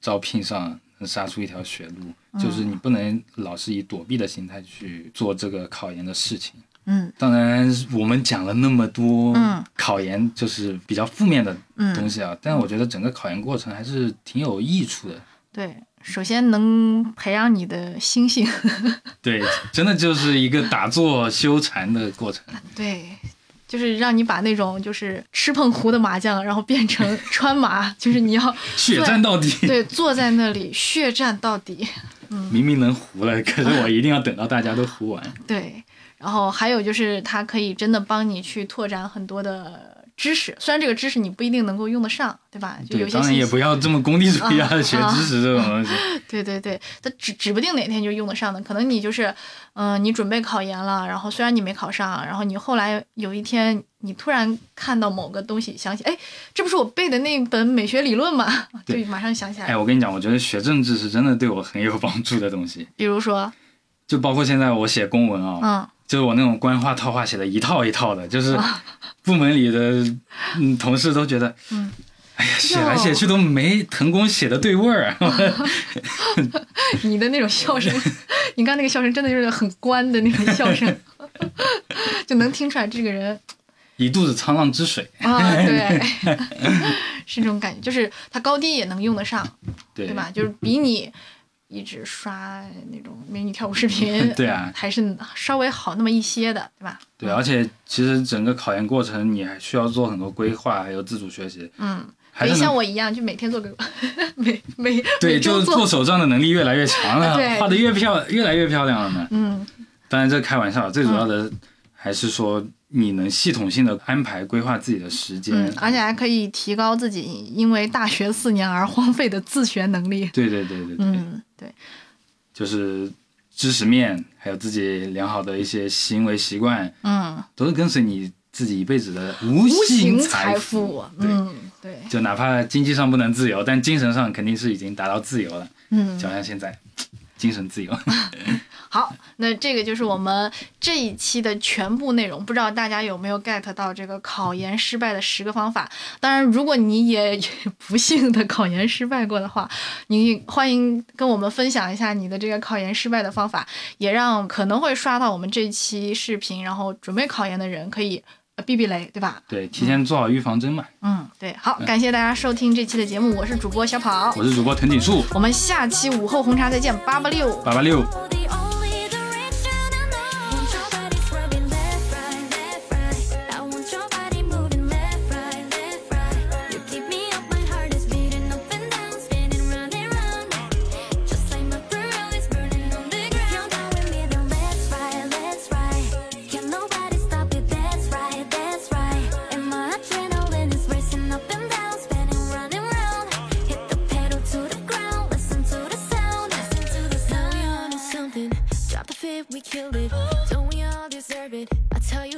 [SPEAKER 2] 招聘上能杀出一条血路。
[SPEAKER 1] 嗯
[SPEAKER 2] 就是你不能老是以躲避的心态去做这个考研的事情。
[SPEAKER 1] 嗯
[SPEAKER 2] 当然，我们讲了那么多
[SPEAKER 1] 嗯
[SPEAKER 2] 考研就是比较负面的东
[SPEAKER 1] 嗯，
[SPEAKER 2] 西啊，但我觉得整个考研过程还是挺有益处的。
[SPEAKER 1] 对，首先能培养你的心性，
[SPEAKER 2] 对，真的就是一个打坐修禅的过程。
[SPEAKER 1] 对，就是让你把那种就是吃碰胡的麻将，然后变 成川麻，就是你要
[SPEAKER 2] 血战到底，
[SPEAKER 1] 对坐在那里血战到底。
[SPEAKER 2] 明明能糊了，可是我一定要等到大家都糊完。
[SPEAKER 1] 对，然后还有就是它可以真的帮你去拓展很多的知识，虽然这个知识你不一定能够用得上，对吧？就有
[SPEAKER 2] 对，
[SPEAKER 1] 些
[SPEAKER 2] 当然
[SPEAKER 1] 信
[SPEAKER 2] 也
[SPEAKER 1] 息啊
[SPEAKER 2] 不要这么功利主义啊，学知识这种东西。
[SPEAKER 1] 对对对，它指指不定哪天就用得上的。可能你就是，嗯、你准备考研了，然后虽然你没考上，然后你后来有一天你突然看到某个东西，想起，哎，这不是我背的那本美学理论吗？ 就
[SPEAKER 2] 对
[SPEAKER 1] 马上想起来。
[SPEAKER 2] 哎，我跟你讲，我觉得学政治是真的对我很有帮助的东西，
[SPEAKER 1] 比如说，
[SPEAKER 2] 就包括现在我写公文啊、
[SPEAKER 1] 嗯
[SPEAKER 2] 就是我那种官话套话写的一套一套的，就是
[SPEAKER 1] 啊
[SPEAKER 2] 部门里的嗯同事都觉得，
[SPEAKER 1] 嗯，
[SPEAKER 2] 哎呀，写来写去都没滕公写的对味儿啊。
[SPEAKER 1] 嗯你的那种笑 声，你刚那个笑声真的就是很官的那种笑声， 就能听出来这个人
[SPEAKER 2] 一肚子沧浪之水。
[SPEAKER 1] 啊， 对， 是这种感觉，就是他高低也能用得上。
[SPEAKER 2] 对嗯
[SPEAKER 1] 对吧？就是比你一直刷那种美女跳舞视频，
[SPEAKER 2] 对啊
[SPEAKER 1] 还是稍微好那么一些的，对吧？
[SPEAKER 2] 对，啊而且其实整个考研过程你还需要做很多规划，还有自主学习，
[SPEAKER 1] 嗯，
[SPEAKER 2] 还
[SPEAKER 1] 别
[SPEAKER 2] 是
[SPEAKER 1] 像
[SPEAKER 2] 能
[SPEAKER 1] 我一样，就每天做个 每每
[SPEAKER 2] 对，
[SPEAKER 1] 每
[SPEAKER 2] 就
[SPEAKER 1] 周
[SPEAKER 2] 是做
[SPEAKER 1] 做，啊
[SPEAKER 2] 手账的能力越来越强了，
[SPEAKER 1] 对
[SPEAKER 2] 画的越漂越来越漂亮了呢。
[SPEAKER 1] 嗯
[SPEAKER 2] 当然这开玩笑，最主要的还是说你能系统性的安排规划自己的时间
[SPEAKER 1] 嗯，，而且还可以提高自己因为大学四年而荒废的自学能力。
[SPEAKER 2] 对对对对对，
[SPEAKER 1] 嗯，对，
[SPEAKER 2] 就是知识面，还有自己良好的一些行为习惯，
[SPEAKER 1] 嗯，
[SPEAKER 2] 都是跟随你自己一辈子的无
[SPEAKER 1] 无形
[SPEAKER 2] 形
[SPEAKER 1] 财
[SPEAKER 2] 富
[SPEAKER 1] 富。，
[SPEAKER 2] 对，
[SPEAKER 1] 嗯，对，
[SPEAKER 2] 就哪怕经济上不能自由，但精神上肯定是已经达到自由了。
[SPEAKER 1] 嗯
[SPEAKER 2] 就，好像现在，精神自由。
[SPEAKER 1] 好，那这个就是我们这一期的全部内容。不知道大家有没有 get 到这个考研失败的十个方法？当然，如果你也 不幸的考研失败过的话，你欢迎跟我们分享一下你的这个考研失败的方法，也让可能会刷到我们这期视频，然后准备考研的人可以。呃避避雷，对吧？
[SPEAKER 2] 对，提前做好预防针嘛。
[SPEAKER 1] 嗯，对，好，感谢大家收听这期的节目，我是主播小跑，
[SPEAKER 2] 我是主播藤井树，
[SPEAKER 1] 我们下期午后红茶再见，八八六。
[SPEAKER 2] 八八六。
[SPEAKER 3] The only direction I know. your body rubbing left, right, left, right. I want your body moving left, right, left, right. You keep me up, my heart is beating up and down, spinning round and round. Just like my thrill is burning on the ground. You're down with me, then let's ride, let's ride. Can nobody stop it? That's right, that's right. And my adrenaline is racing up and down, spinning round and round. Hit the pedal to the ground, listen to the sound, listen to the sound. Now we on to something. Drop the fit, we killed it. Don't we all deserve it? I tell you